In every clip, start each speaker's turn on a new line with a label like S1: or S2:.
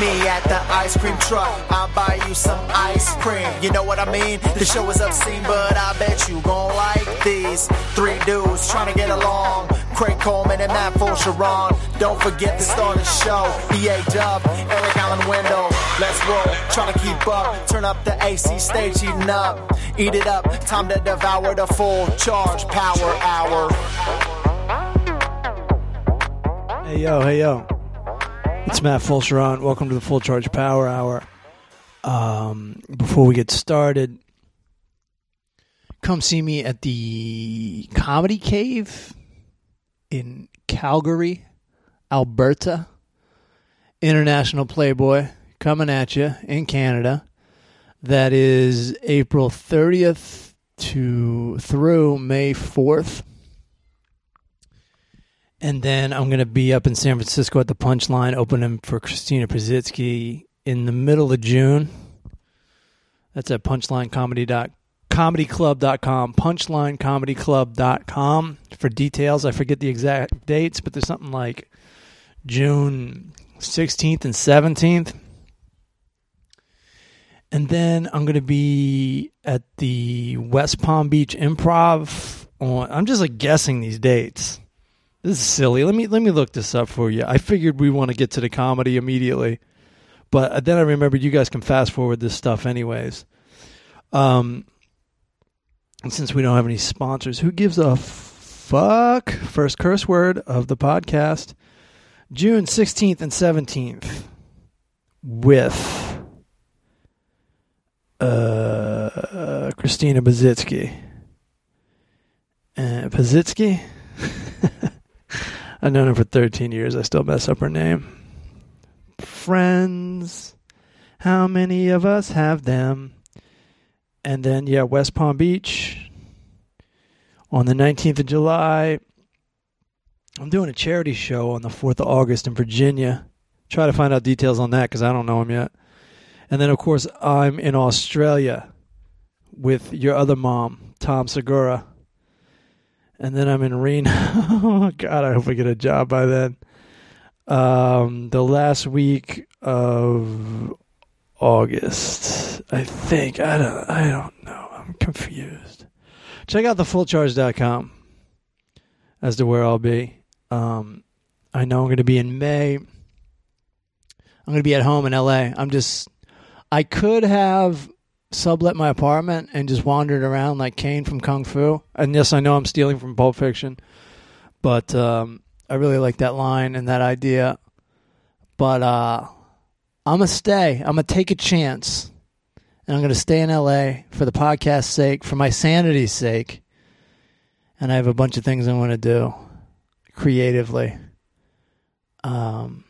S1: me at the ice cream truck. I'll buy you some ice cream. You know what I mean? The show is obscene, but I bet you gon' like these three dudes trying to get along. Craig Coleman and Matt Sharon. Don't forget to start the show. EA Dub, Eric Allen Window. Let's roll. Try to keep up. Turn up the AC stage, eating up. Eat it up. Time to devour the full charge power hour.
S2: Hey yo, hey yo. It's Matt Fulcheron. Welcome to the Full Charge Power Hour. Um, before we get started, come see me at the Comedy Cave in Calgary, Alberta. International Playboy coming at you in Canada. That is April 30th to through May 4th. And then I'm going to be up in San Francisco at the Punchline, opening for Christina Pazitsky in the middle of June. That's at punchlinecomedyclub.com, punchlinecomedyclub.com for details. I forget the exact dates, but there's something like June 16th and 17th. And then I'm going to be at the West Palm Beach Improv on I'm just like guessing these dates. This is silly. Let me let me look this up for you. I figured we want to get to the comedy immediately, but uh, then I remembered you guys can fast forward this stuff anyways. Um, and since we don't have any sponsors, who gives a fuck? First curse word of the podcast, June sixteenth and seventeenth, with uh, Christina Bazitsky. Uh, Bazitsky. I've known her for 13 years. I still mess up her name. Friends, how many of us have them? And then, yeah, West Palm Beach on the 19th of July. I'm doing a charity show on the 4th of August in Virginia. Try to find out details on that because I don't know them yet. And then, of course, I'm in Australia with your other mom, Tom Segura and then I'm in Reno. oh, God, I hope I get a job by then. Um, the last week of August, I think. I don't. I don't know. I'm confused. Check out thefullcharge.com as to where I'll be. Um, I know I'm going to be in May. I'm going to be at home in LA. I'm just. I could have sublet my apartment and just wandered around like Kane from Kung Fu. And yes, I know I'm stealing from Pulp Fiction, but um, I really like that line and that idea. But uh, I'm gonna stay. I'm gonna take a chance, and I'm gonna stay in L.A. for the podcast's sake, for my sanity's sake, and I have a bunch of things I want to do creatively. Um,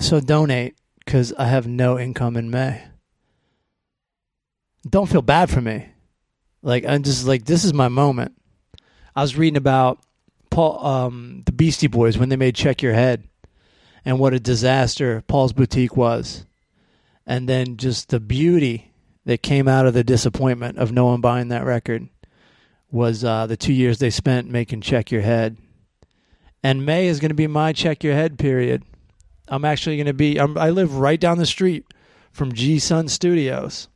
S2: so donate because I have no income in May don't feel bad for me. Like I'm just like this is my moment. I was reading about Paul, um, the Beastie Boys when they made "Check Your Head," and what a disaster Paul's Boutique was, and then just the beauty that came out of the disappointment of no one buying that record was uh, the two years they spent making "Check Your Head," and May is going to be my "Check Your Head" period. I'm actually going to be. I'm, I live right down the street from G Sun Studios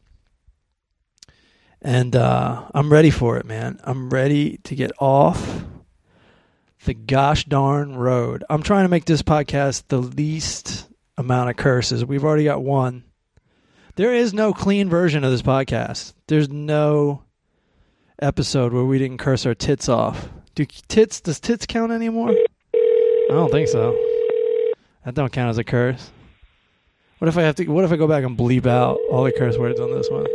S2: and uh, I'm ready for it, man. I'm ready to get off the gosh darn road. I'm trying to make this podcast the least amount of curses. We've already got one. There is no clean version of this podcast. There's no episode where we didn't curse our tits off. Do tits? Does tits count anymore? I don't think so. That don't count as a curse. What if I have to? What if I go back and bleep out all the curse words on this one?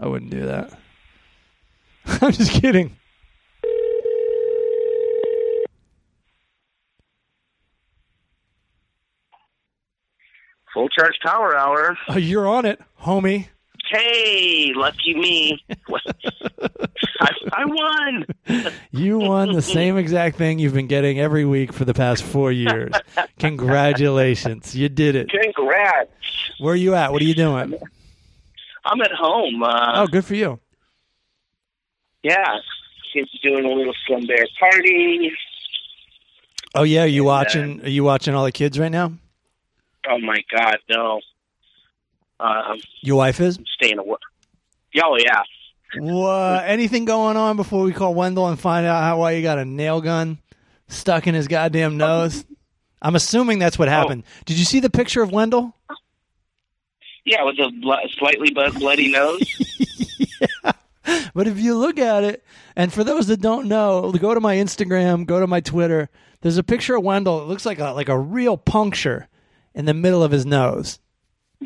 S2: I wouldn't do that. I'm just kidding.
S3: Full charge power hour.
S2: Oh, you're on it, homie.
S3: Hey, lucky me. What- I, I won.
S2: You won the same exact thing you've been getting every week for the past four years. Congratulations. You did it.
S3: Congrats.
S2: Where are you at? What are you doing?
S3: I'm at home. Uh,
S2: Oh, good for you.
S3: Yeah. Kids doing a little slum bear party.
S2: Oh yeah, are you watching are you watching all the kids right now?
S3: Oh my God, no. Um,
S2: Your wife is?
S3: staying away. Oh yeah,
S2: What? Anything going on before we call Wendell and find out how why you got a nail gun stuck in his goddamn nose? I'm assuming that's what happened. Did you see the picture of Wendell?
S3: yeah, with a bl- slightly bu- bloody nose.
S2: But if you look at it, and for those that don't know, go to my Instagram, go to my Twitter. There's a picture of Wendell. It looks like a like a real puncture in the middle of his nose.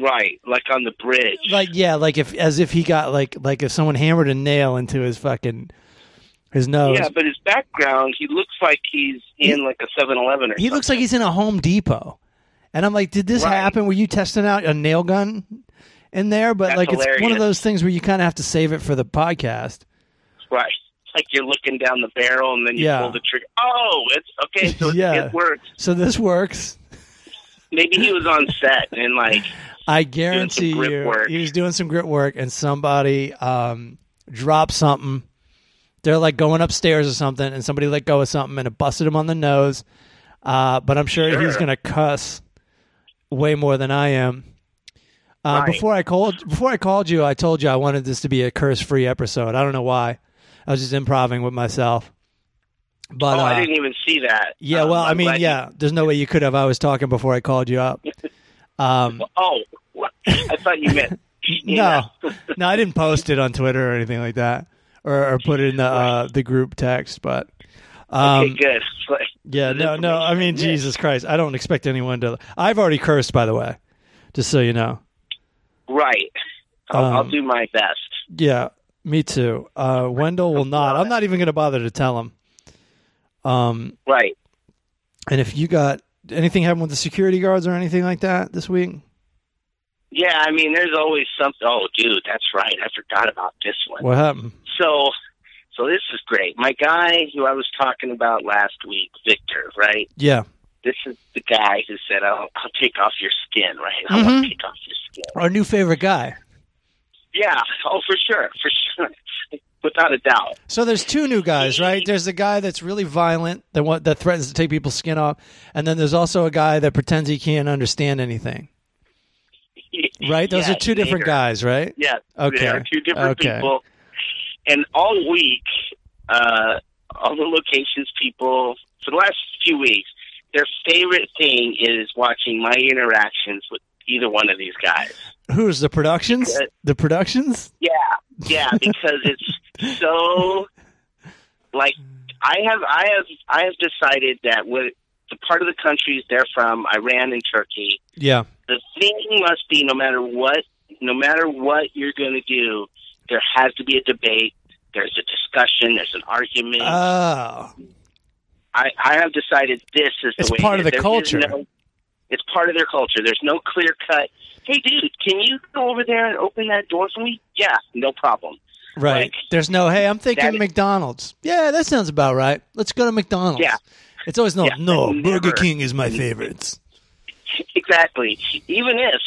S3: right, like on the bridge.
S2: Like yeah, like if as if he got like like if someone hammered a nail into his fucking his nose.
S3: yeah, but his background, he looks like he's in like a 7-Eleven or
S2: He
S3: something.
S2: looks like he's in a Home Depot. And I'm like, did this
S3: Right.
S2: happen? Were you testing out a nail gun in there? But
S3: That's
S2: like, it's one of
S3: hilarious.
S2: those things where you kind of have to save it for the podcast.
S3: Right. Like you're looking down the barrel and then you
S2: Yeah.
S3: pull the trigger. Oh, it's okay. So it-
S2: Yeah.
S3: it works.
S2: So this works.
S3: Maybe he was on set and like,
S2: I guarantee
S3: grip
S2: you,
S3: work.
S2: he was doing some grit work, and somebody um, dropped something. They're like going upstairs or something, and somebody let go of something, and it busted him on the nose. Uh, but I'm sure, he's
S3: Sure.
S2: going to cuss way more than I am. Uh,
S3: Right.
S2: Before I called, before I called you, I told you I wanted this to be a curse-free episode. I don't know why. I was just improving with myself. But
S3: oh,
S2: uh,
S3: I didn't even see that.
S2: yeah,
S3: Um,
S2: well, I
S3: I'm
S2: mean,
S3: glad you-
S2: yeah, there's no way you could have. I was talking before I called you up. Um,
S3: oh, what? I thought you meant.
S2: no,
S3: yeah.
S2: no, I didn't post it on Twitter or anything like that, or, or put it in the uh, the group text. But um,
S3: okay, good. Like,
S2: yeah,
S3: this
S2: no, no. I
S3: information
S2: mean,
S3: is-
S2: Jesus Christ, I don't expect anyone to. I've already cursed, by the way, just so you know.
S3: Right. I'll, I'll
S2: Um,
S3: do my best.
S2: Yeah, me too. Uh, Wendell will not. I'm not even going to bother to tell him. Um,
S3: Right.
S2: and if you got anything happen with the security guards or anything like that this week,
S3: Yeah, I mean, there's always something. Oh, dude, that's right. I forgot about this one.
S2: what happened?
S3: So, so this is great. My guy who I was talking about last week, Victor, right?
S2: Yeah.
S3: This is the guy who said, "I'll, I'll take off your skin," right? I'll
S2: Mhm.
S3: take off your skin.
S2: Our new favorite guy.
S3: Yeah. Oh, for sure, for sure, without a doubt.
S2: So there's two new guys, right? There's the guy that's really violent that wa- that threatens to take people's skin off, and then there's also a guy that pretends he can't understand anything. Right? Those
S3: Yeah,
S2: are two different
S3: Vader.
S2: guys, right?
S3: Yeah.
S2: Okay.
S3: They are two different
S2: Okay.
S3: people. And all week, uh, all the locations people, for the last few weeks, their favorite thing is watching my interactions with either one of these guys.
S2: Who's the productions?
S3: Yeah.
S2: The productions?
S3: Yeah. Yeah, because it's so like I have I have I have decided that with the part of the countries they're from, Iran and Turkey,
S2: Yeah.
S3: the thing must be no matter what no matter what you're going to do there has to be a debate there's a discussion there's an argument
S2: Oh.
S3: I, I have decided this is the
S2: It's
S3: way
S2: part of
S3: it is.
S2: the
S3: There is
S2: culture.
S3: no- it's part of their culture there's no clear cut hey dude can you go over there and open that door for me yeah no problem
S2: Right.
S3: Like,
S2: There's no hey, I'm thinking
S3: that is-
S2: McDonald's. Yeah, that sounds about right. Let's go to McDonald's.
S3: Yeah.
S2: It's always no
S3: Yeah,
S2: no,
S3: never.
S2: Burger King is my favorites.
S3: exactly even if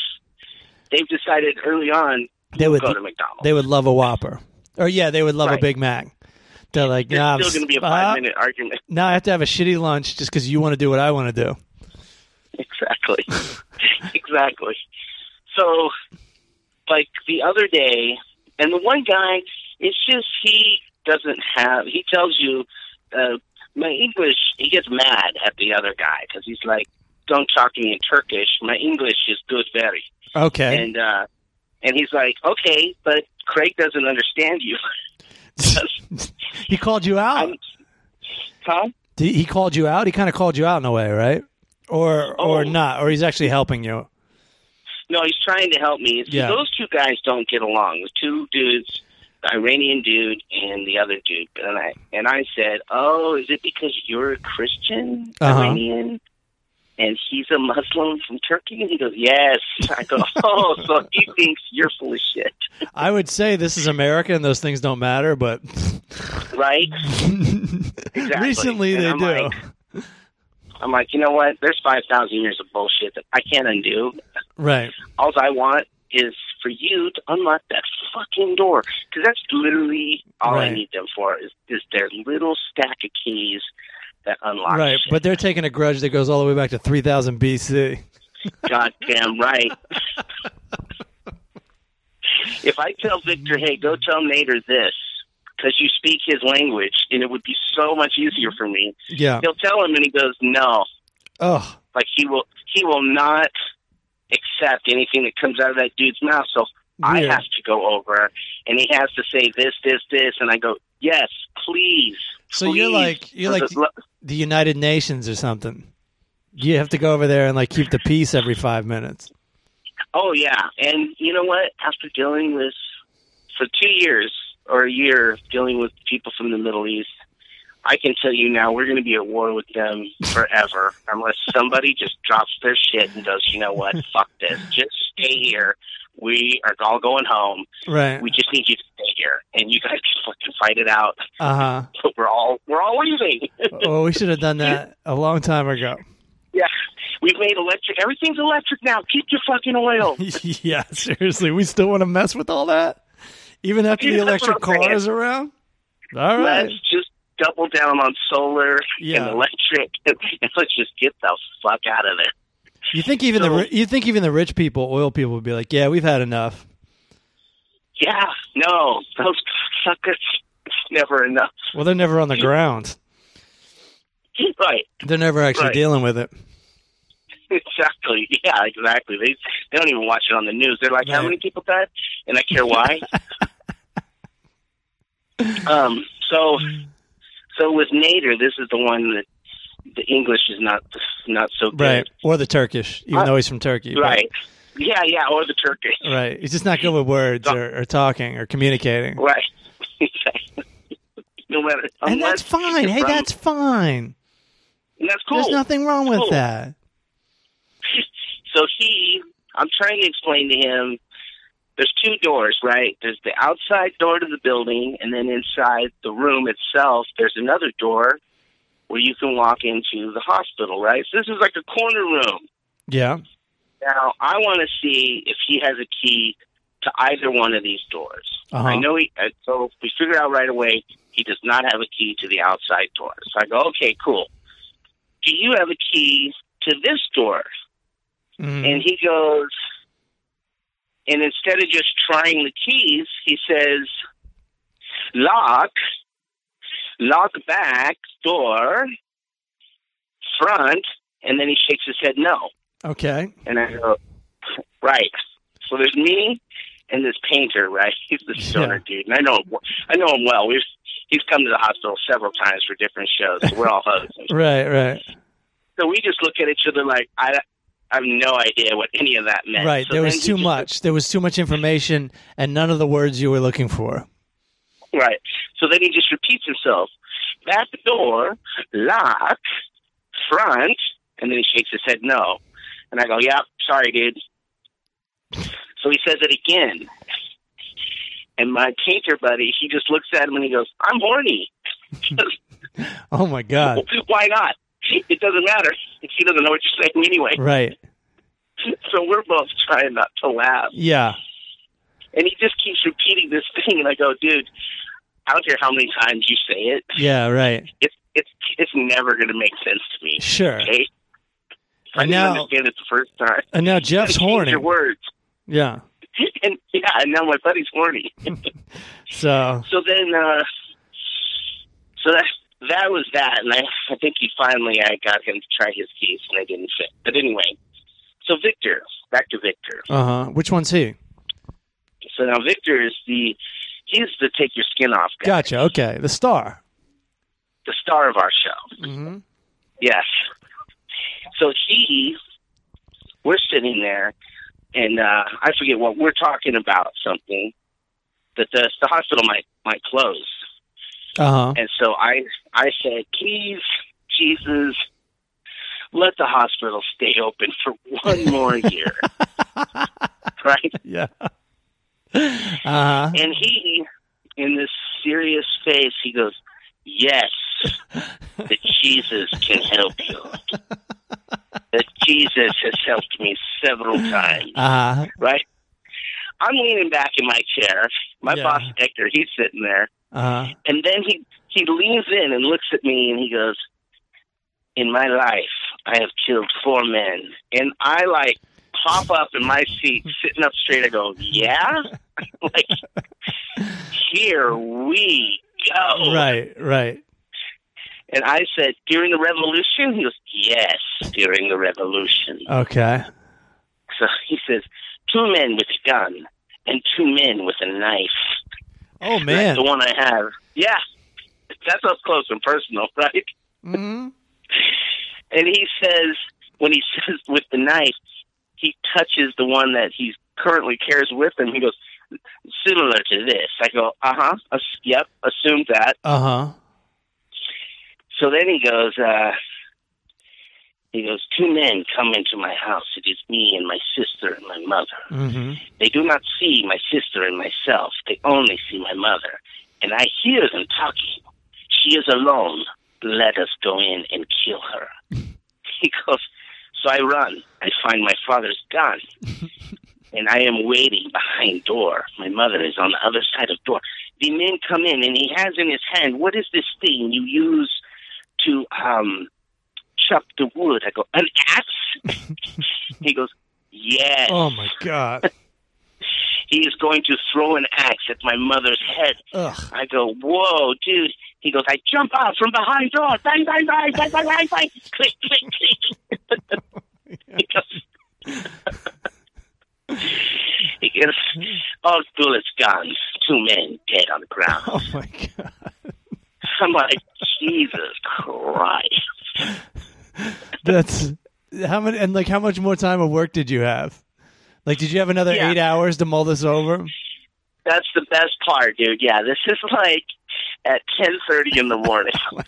S3: they've decided early on
S2: They would
S3: go to McDonald's
S2: they would love a Whopper. Or yeah, they would love a
S3: Right.
S2: Big Mac. They're like,
S3: there's
S2: nah, I'm
S3: still going to be a
S2: s- uh,
S3: five minute argument
S2: Now I have to have a shitty lunch just because you want to do what I want to do.
S3: Exactly. exactly. So, like the other day, and the one guy, it's just he doesn't have. He tells you, uh, my English. He gets mad at the other guy because he's like, "Don't talk to me in Turkish. My English is good, very."
S2: Okay.
S3: And uh, and he's like, "Okay, but Craig doesn't understand you."
S2: he called you out.
S3: I'm, Tom.
S2: D He called you out. He kind of called you out in a way, right? Or or
S3: Oh.
S2: not? Or he's actually helping you.
S3: No, he's trying to help me. It's
S2: Yeah.
S3: Those two guys don't get along. The two dudes, the Iranian dude and the other dude. And I and I said, "Oh, is it because you're a Christian
S2: Uh-huh.
S3: Iranian?" And he's a Muslim from Turkey, and he goes, "Yes." I go, "Oh, so he thinks you're full of shit,
S2: I would say this is America and those things don't matter, but
S3: right?"
S2: recently
S3: And
S2: they
S3: I'm
S2: do.
S3: like- I'm like, "You know what? There's five thousand years of bullshit that I can't undo.
S2: right.
S3: All I want is for you to unlock that fucking door because that's literally all I
S2: Right.
S3: need them for is, is their little stack of keys that unlock.
S2: Right.
S3: shit.
S2: But they're taking a grudge that goes all the way back to 3000 BC.
S3: goddamn right. If I tell Victor, hey, go tell Nader this, because you speak his language, and it would be so much easier for me.
S2: Yeah.
S3: He'll tell him, and he goes, no.
S2: Oh,
S3: Like he will, he will not accept anything that comes out of that dude's mouth. So I
S2: weird.
S3: have to go over, and he has to say this, this, this, and I go, yes, please.
S2: So you're
S3: please,
S2: like- you're
S3: for
S2: like-
S3: the lo-
S2: the United Nations or something. You have to go over there and like keep the peace every five minutes.
S3: Oh yeah, and you know what? After dealing with for two years or a year dealing with people from the Middle East, I can tell you now we're going to be at war with them forever unless somebody just drops their shit and goes, you know what? Fuck this. Just stay here. We are all going home.
S2: Right.
S3: We just need you to stay here, and you guys can fucking fight it out.
S2: Uh
S3: But we're all we're all leaving.
S2: huh. Oh, we should have done that a long time ago.
S3: yeah, we've made electric. Everything's electric now. Keep your fucking oil.
S2: yeah, seriously. We still want to mess with all that? Even after the
S3: Yeah, that's
S2: electric
S3: what I'm
S2: car is around? All right.
S3: Let's just double down on solar
S2: Yeah.
S3: and electric, and let's just get the fuck out of there.
S2: You think even the
S3: So-
S2: ri- you think even the rich people, oil people, would be like, "Yeah, we've had enough."
S3: Yeah, no, those suckers. It's never enough.
S2: Well, they're never on the ground.
S3: Right,
S2: They're never actually
S3: Right.
S2: dealing with it.
S3: exactly. Yeah, exactly. They they don't even watch it on the news. They're like, how
S2: Right.
S3: many people died? And I care why. um. So,
S2: Mm.
S3: so with Nader, this is the one that the English is not not so good.
S2: Right. Or the Turkish, even
S3: Uh,
S2: though he's from Turkey. but-
S3: Right. Yeah, yeah, or the Turkish.
S2: Right. He's just not good with words or, or talking or communicating.
S3: Right. Exactly. no matter.
S2: And that's
S3: unless
S2: fine.
S3: you're
S2: Hey,
S3: from-
S2: that's fine.
S3: and that's cool.
S2: There's nothing wrong with
S3: Cool.
S2: that.
S3: So he, I'm trying to explain to him. There's two doors, right? There's the outside door to the building, and then inside the room itself, there's another door where you can walk into the hospital, right? So this is like a corner room.
S2: Yeah.
S3: Now, I want to see if he has a key to either one of these doors.
S2: Uh-huh.
S3: I know he, uh, so we figured out right away he does not have a key to the outside door. So I go, okay, cool. Do you have a key to this door?
S2: Mm.
S3: And he goes, and instead of just trying the keys, he says, lock, lock back, door, front, and then he shakes his head no.
S2: Mm-hmm. Okay.
S3: And I go, right. So there's me and this painter, right? He's the stoner dude, and I know him, I know him well. We've he's come to the hospital several times for different shows. So we're all hoes.
S2: Right. Right.
S3: So we just look at each other like I, I have no idea what any of that meant.
S2: Right.
S3: So
S2: There
S3: then
S2: was
S3: he
S2: too
S3: just-
S2: much. There was too much information, and none of the words you were looking for.
S3: Right. So then he just repeats himself. Back door, lock, front, and then he shakes his head no. And I go, yep, sorry, dude. So he says it again. And my painter buddy, he just looks at him and he goes, I'm horny.
S2: Oh my God.
S3: Why not? It doesn't matter. He doesn't know what you're saying anyway.
S2: Right.
S3: So we're both trying not to laugh.
S2: Yeah.
S3: And he just keeps repeating this thing. And I go, dude, I don't care how many times you say it.
S2: Yeah. Right.
S3: it's it's it's never going to make sense to me.
S2: Sure.
S3: Okay, I
S2: And
S3: didn't
S2: now,
S3: understand it the first time.
S2: and now Jeff's
S3: Change
S2: horny.
S3: Your words,
S2: Yeah.
S3: and yeah, and now my buddy's horny.
S2: So.
S3: So then, uh, so that that was that, and I I think he finally I got him to try his keys, and they didn't fit. But anyway, so Victor, back to Victor.
S2: Uh huh. Which one's he?
S3: So now Victor is the he's the take your skin off guy,
S2: Gotcha. Okay. The star.
S3: the star of our show.
S2: Mm-hmm.
S3: Yes. So he, we're sitting there, and uh, I forget what we're talking about. Something that the the hospital might might close,
S2: Uh huh.
S3: and so I I said, please, Jesus, let the hospital stay open for one more year, right?
S2: Yeah. Uh huh.
S3: And he, in this serious face, he goes, Yes, that Jesus can help you. That Jesus has helped me several times,
S2: Uh huh.
S3: right? I'm leaning back in my chair. My
S2: Yeah.
S3: boss, Hector, he's sitting there.
S2: Uh huh.
S3: And then he, he leans in and looks at me and he goes, In my life, I have killed four men. And I like hop up in my seat, sitting up straight. I go, yeah, like here we go.
S2: Right, right.
S3: And I said, during the revolution? He goes, yes, during the revolution.
S2: Oh. Okay.
S3: So he says, two men with a gun and two men with a knife.
S2: Oh man.
S3: That's the one I have. Yeah. That's up close and personal, right?
S2: Mhm.
S3: And he says, when he says with the knife, he touches the one that he currently carries with him. He goes, similar to this. I go, uh huh. Yep, assume that.
S2: Uh-huh.
S3: So then he goes, uh, he goes, two men come into my house. It is me and my sister and my mother.
S2: Mhm.
S3: They do not see my sister and myself. They only see my mother. And I hear them talking. She is alone. Let us go in and kill her. He goes, So I run. I find my father's gun. and I am waiting behind door. My mother is on the other side of door. The men come in and he has in his hand, what is this thing you use to um chop the wood? I go, An axe? he goes, Yes
S2: Oh my god.
S3: he is going to throw an axe at my mother's head.
S2: Ugh.
S3: I go, whoa, dude. He goes, I jump out from behind door. Bang, bang, bang, bang, bang, bang, bang. Click, click, click. he goes, he goes, all bullets gone. Two men dead on the ground.
S2: Oh my god.
S3: I'm like, Jesus Christ.
S2: That's how many and like how much more time of work did you have? Like did you have another
S3: Yeah.
S2: 8 hours to mull this over?
S3: That's the best part, dude. Yeah, this is like at 10.30 in the morning.
S2: Oh,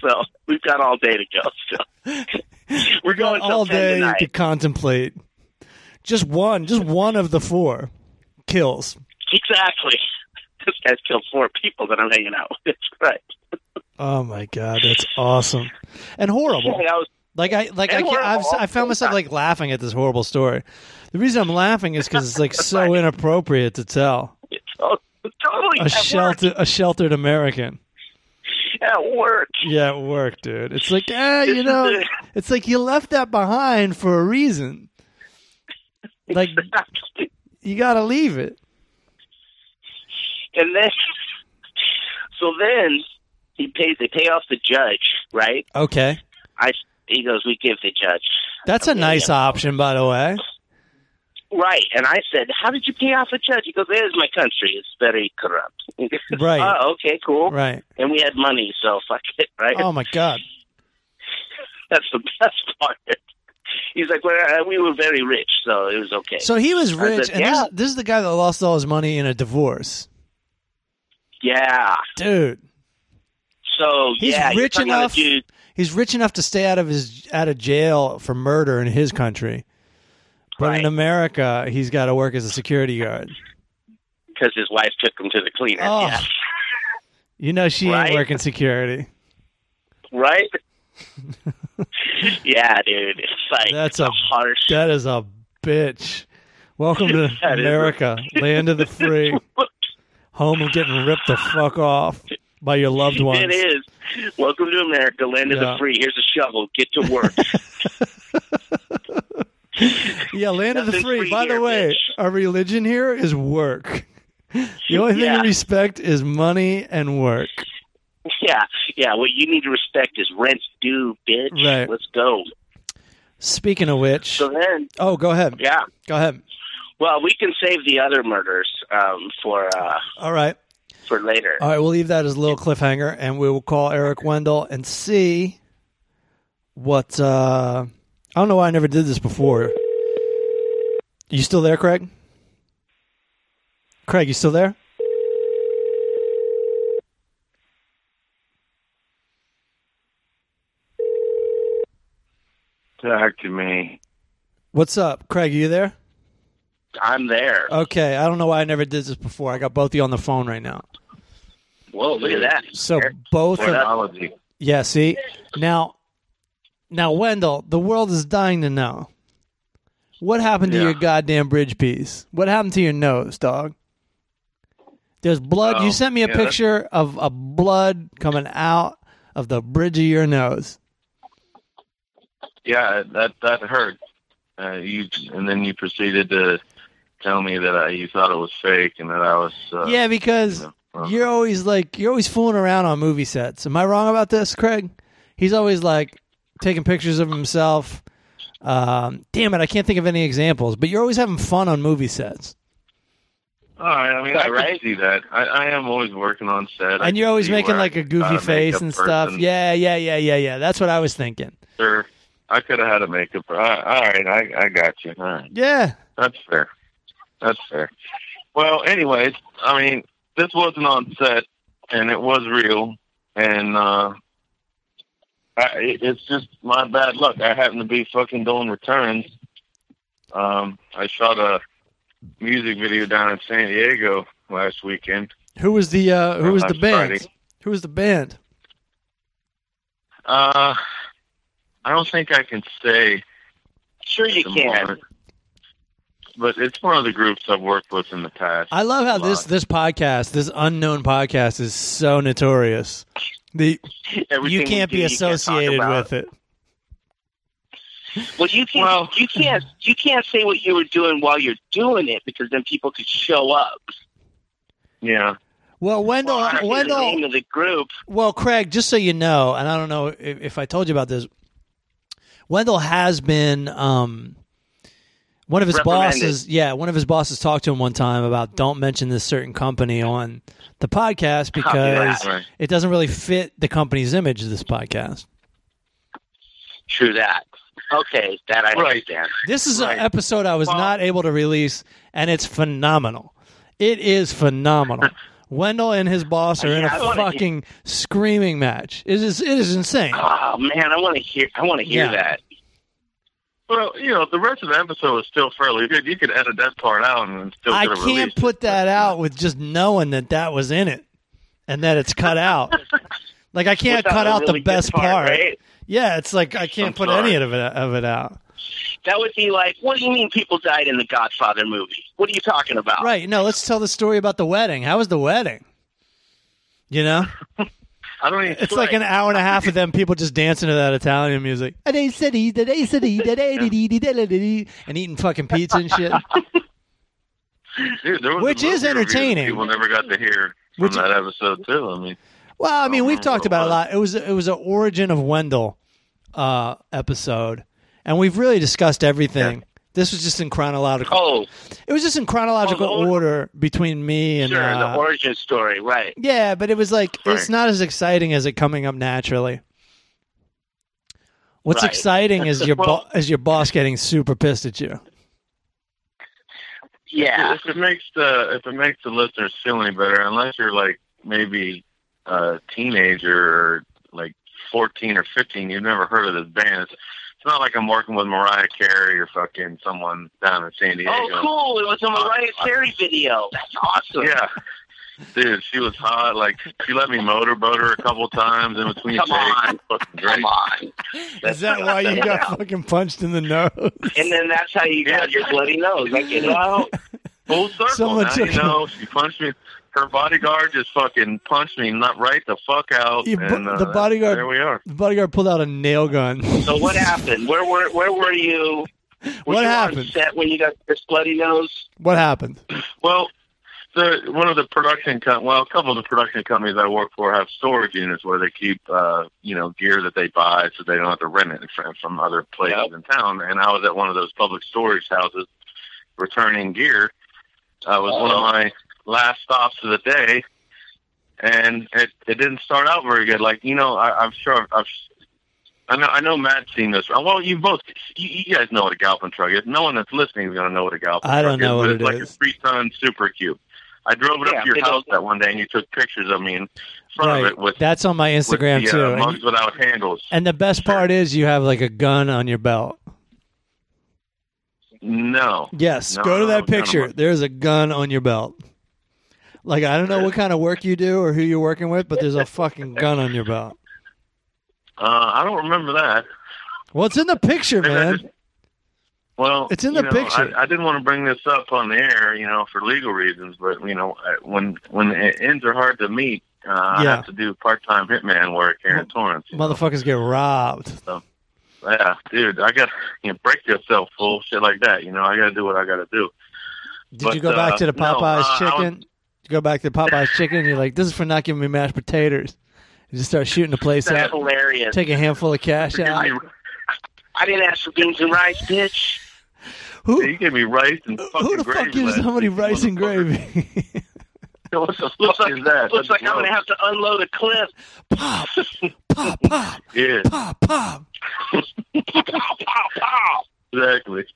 S3: so we've got all day to go still. We're
S2: You got
S3: going till
S2: all
S3: 10
S2: day
S3: tonight.
S2: to contemplate. Just one, just one of the four kills.
S3: Exactly. This guy's killed four people that I'm hanging out with. Right.
S2: Oh my god, that's awesome and horrible.
S3: And I was,
S2: Like I like I
S3: And
S2: can't, I've,
S3: horrible.
S2: I found myself like laughing at this horrible story. The reason I'm laughing is because it's like so inappropriate to tell
S3: it's all- it's totally
S2: a
S3: at work.
S2: sheltered a sheltered American.
S3: At work.
S2: Yeah, it worked, dude. It's like eh,
S3: This
S2: you
S3: is
S2: know,
S3: the-
S2: it's like you left that behind for a reason. Like
S3: Exactly.
S2: you got to leave it.
S3: And then, so then he pays. They pay off the judge, right?
S2: Okay,
S3: I. He goes, we give the judge.
S2: that's a
S3: Okay,
S2: nice
S3: yeah.
S2: option, by the way.
S3: Right. And I said, how did you pay off the judge? He goes, there's my country. It's very corrupt.
S2: Right.
S3: Oh, okay, cool.
S2: Right.
S3: And we had money, so fuck it, right?
S2: Oh my god.
S3: That's the best part. He's like, well, uh, we were very rich, so it was okay.
S2: So he was
S3: I said,
S2: rich, and
S3: yeah.
S2: this, this is the guy that lost all his money in a divorce,
S3: yeah.
S2: dude.
S3: So
S2: He's
S3: yeah, you're
S2: rich
S3: talking about a
S2: enough.
S3: dude.
S2: He's rich enough to stay out of his out of jail for murder in his country, but in
S3: Right.
S2: America, he's got to work as a security guard.
S3: because his wife took him to the cleaner.
S2: Oh.
S3: Yeah.
S2: You know she ain't
S3: Right.
S2: working security.
S3: Right? yeah, dude. It's like
S2: That's
S3: the
S2: a-
S3: harsh.
S2: That is a bitch. Welcome to
S3: That is-
S2: America, land of the free, home of getting ripped the fuck off by your loved ones.
S3: It is. Welcome to America, land of
S2: Yeah.
S3: the free. Here's a shovel. Get to work.
S2: Yeah, land of the
S3: Nothing's
S2: free.
S3: free
S2: By the
S3: here,
S2: way,
S3: bitch.
S2: our religion here is work. The only thing
S3: Yeah.
S2: we respect is money and work.
S3: yeah, yeah. What you need to respect is rent's due, bitch.
S2: Right.
S3: Let's go.
S2: Speaking of which,
S3: So then,
S2: oh, go ahead.
S3: yeah.
S2: Go ahead.
S3: Well, we can save the other murders um, for uh,
S2: All right.
S3: for later.
S2: All right, we'll leave that as a little cliffhanger, and we will call Eric Wendell and see what. Uh, I don't know why I never did this before. You still there, Craig? Craig, you still there?
S4: Talk to me.
S2: What's up, Craig? Are you there?
S3: I'm there.
S2: Okay, I don't know why I never did this before. I got both of you on the phone right now.
S3: Whoa, look at that.
S2: So both of
S4: Technology.
S2: yeah. See now, now Wendell, the world is dying to know what happened to
S4: Yeah.
S2: your goddamn bridge piece. What happened to your nose, dog? There's blood.
S4: Oh,
S2: you sent me a
S4: yeah, that's-
S2: picture of a blood coming out of the bridge of your nose.
S4: Yeah, that that hurt. uh, you and then you proceeded to tell me that I, you thought it was fake and that I was uh,
S2: yeah, because
S4: you know, uh,
S2: you're always like you're always fooling around on movie sets. Am I wrong about this, Craig? He's always like taking pictures of himself. Um, damn it, I can't think of any examples. But you're always having fun on movie sets,
S4: All right, I mean, I
S3: Right.
S4: could see that. I, I am always working on set, I
S2: and you're
S4: could
S2: always
S4: see
S2: making
S4: where I
S2: like a
S4: could got
S2: goofy face
S4: makeup
S2: and stuff.
S4: person.
S2: Yeah, yeah, yeah, yeah, yeah. That's what I was thinking.
S4: sure. I could have had a makeup. All right, all right I, I got you. All right.
S2: Yeah,
S4: That's fair. That's fair. Well, anyways, I mean, this wasn't on set, and it was real, and uh, I, it- it's just my bad luck. I happen to be fucking doing returns. Um, I shot a music video down in San Diego last weekend.
S2: who was the uh, who
S4: Or
S2: was the
S4: last
S2: band?
S4: Friday.
S2: Who was the band?
S4: Uh, I don't think I can say
S3: Sure, you
S4: at the
S3: can.
S4: moment, but it's one of the groups I've worked with in the past.
S2: I love how this
S4: Lot.
S2: this podcast, this unknown podcast, is so notorious. The
S4: Everything
S2: you
S4: we
S2: can't
S4: do,
S2: be
S4: you talk
S2: associated
S4: about.
S2: with it.
S3: Well, you can't.
S4: Well-
S3: you can't. You can't say what you were doing while you're doing it because then people could show up.
S4: Yeah.
S2: Well, Wendell,
S3: I don't know the
S2: Wendell,
S3: name of the group.
S2: Well, Craig, just so you know, and I don't know if, if I told you about this, Wendell has been um, one of his
S3: Reprimanded.
S2: bosses. Yeah, one of his bosses talked to him one time about don't mention this certain company on the podcast because
S4: Right.
S2: it doesn't really fit the company's image. This podcast.
S3: True that. Okay, that I
S4: Right.
S3: understand.
S2: This is
S4: Right.
S2: an episode I was
S4: Well-
S2: not able to release, and it's phenomenal. It is phenomenal. Wendell and his boss are in a
S3: Yeah, I wanna hear-
S2: fucking screaming match. It is it is insane.
S3: Oh man, I want to hear. I want to hear
S2: Yeah.
S3: that.
S4: Well, you know, the rest of the episode is still fairly good. You could edit that part out and still.
S2: I
S4: get it
S2: can't
S4: released.
S2: put that out with just knowing that that was in it and that it's cut out. like I can't
S3: Without
S2: cut
S3: a
S2: out
S3: really
S2: the
S3: good
S2: best part.
S3: right?
S2: Yeah, it's like I can't
S4: I'm
S2: put
S4: sorry.
S2: any of it of it out.
S3: That would be like, what do you mean people died in the Godfather movie? What are you talking about?
S2: Right. No, let's tell the story about the wedding. How was the wedding? You know,
S4: I don't even.
S2: it's like an hour and a half of them people just dancing to that Italian music, and eating fucking pizza and shit.
S4: Dude, there was a
S2: which is
S4: movie review that
S2: entertaining.
S4: People never got to hear from
S2: Which-
S4: that episode too. I mean,
S3: Oh,
S2: Well, I mean,
S4: don't
S2: we've
S4: remember
S2: talked
S4: what it
S2: about it a
S4: was.
S2: lot. It was it was an origin of Wendell uh, episode, and we've really discussed everything. This was just in chronological.
S3: Oh,
S2: It was just in chronological
S3: Well, the or-
S2: order between me and
S3: sure,
S2: uh,
S3: the origin story, right?
S2: yeah, but it was like it's
S4: Right.
S2: not as exciting as it coming up naturally. What's
S3: Right.
S2: exciting is your
S4: Well-
S2: bo- is your boss getting super pissed at you.
S3: Yeah.
S4: if it makes the if it makes the listeners feel any better, unless you're like maybe a teenager or like fourteen or fifteen, you've never heard of this band. It's, it's not like I'm working with Mariah Carey or fucking someone down in San Diego.
S3: Oh, cool! It was a Mariah Carey video. That's awesome.
S4: Yeah. Dude, she was hot. Like she let me motorboat her a couple times in between
S3: Come
S4: takes.
S3: on.
S4: Fucking great.
S3: Come on.
S2: Is that why you got fucking punched in the nose?
S3: And then that's how you got your bloody nose. I get it.
S4: Well, full circle.
S2: Someone
S4: now,
S2: took
S4: you know, she punched me. Her bodyguard just fucking punched me not right the fuck out.
S2: You bu-
S4: and, uh,
S2: the bodyguard-
S4: There we are.
S2: The bodyguard pulled out a nail gun.
S3: So what happened? Where were where were you? Were
S2: What
S3: you on
S2: happened?
S3: set when you got this bloody nose?
S2: What happened?
S4: Well, the one of the production com- well, a couple of the production companies I work for have storage units where they keep uh, you know gear that they buy so they don't have to rent it from, from other places
S3: Yep.
S4: in town. And I was at one of those public storage houses returning gear. Uh, it was one of
S3: Uh-oh.
S4: my last stops of the day, and it it didn't start out very good. Like you know, I, I'm sure I've. I've I know, I know Matt's seen this. Uh, Well, you both, you, you guys know what a Galpin truck is. No one that's listening is going to know what a Galpin
S2: I don't
S4: truck is,
S2: know what
S4: but
S2: it
S4: it's like
S2: is.
S4: a three-ton super cube. I drove it
S3: Yeah,
S4: up to your
S3: big old-
S4: house that one day, and you took pictures of me in front of it with,
S2: That's on my
S4: with
S2: Instagram
S4: the, uh,
S2: too. And-
S4: mugs without handles.
S2: and the best part is you have like a gun on your belt.
S4: No,
S2: Yes,
S4: No,
S2: go to
S4: no,
S2: that
S4: no, no.
S2: picture. There's a gun on your belt. Like I don't know what kind of work you do or who you're working with, but there's a fucking gun on your belt.
S4: uh, I don't remember that.
S2: Well, it's in the picture,
S4: Maybe I
S2: man.
S4: just- Well,
S2: It's in the
S4: you know,
S2: picture.
S4: I, I didn't want to bring this up on the air, you know, for legal reasons, but you know, I- when when ends are hard to meet, uh, I
S2: Yeah.
S4: have to do part-time hitman work here in Torrance. you know.
S2: Motherfuckers get robbed.
S4: yeah, dude, I got you know, break yourself, fool, shit like that. You know, I got to do what I got to do.
S2: Did
S4: But,
S2: you go back
S4: uh,
S2: to the
S4: no, uh,
S2: Popeyes
S4: I was-
S2: chicken? Did you go back to the Popeyes chicken and you're like, this is for not giving me mashed potatoes. You just start shooting the place
S3: That's
S2: out.
S3: hilarious.
S2: Take a handful of cash out.
S4: You
S3: I didn't ask for beans and rice, bitch.
S2: Who,
S4: gave me- you gave me rice and fucking
S2: who the
S4: gravy
S2: fuck gives
S4: last
S2: somebody
S4: week,
S2: rice and
S4: motherfucker.
S2: gravy?
S4: What the
S3: Looks
S4: fuck
S3: like
S4: is that?
S3: looks like I'm gonna have to unload a clip.
S2: pop, pop, pop,
S4: Yeah,
S2: pop, pop.
S3: Pow, pow, pow.
S4: exactly.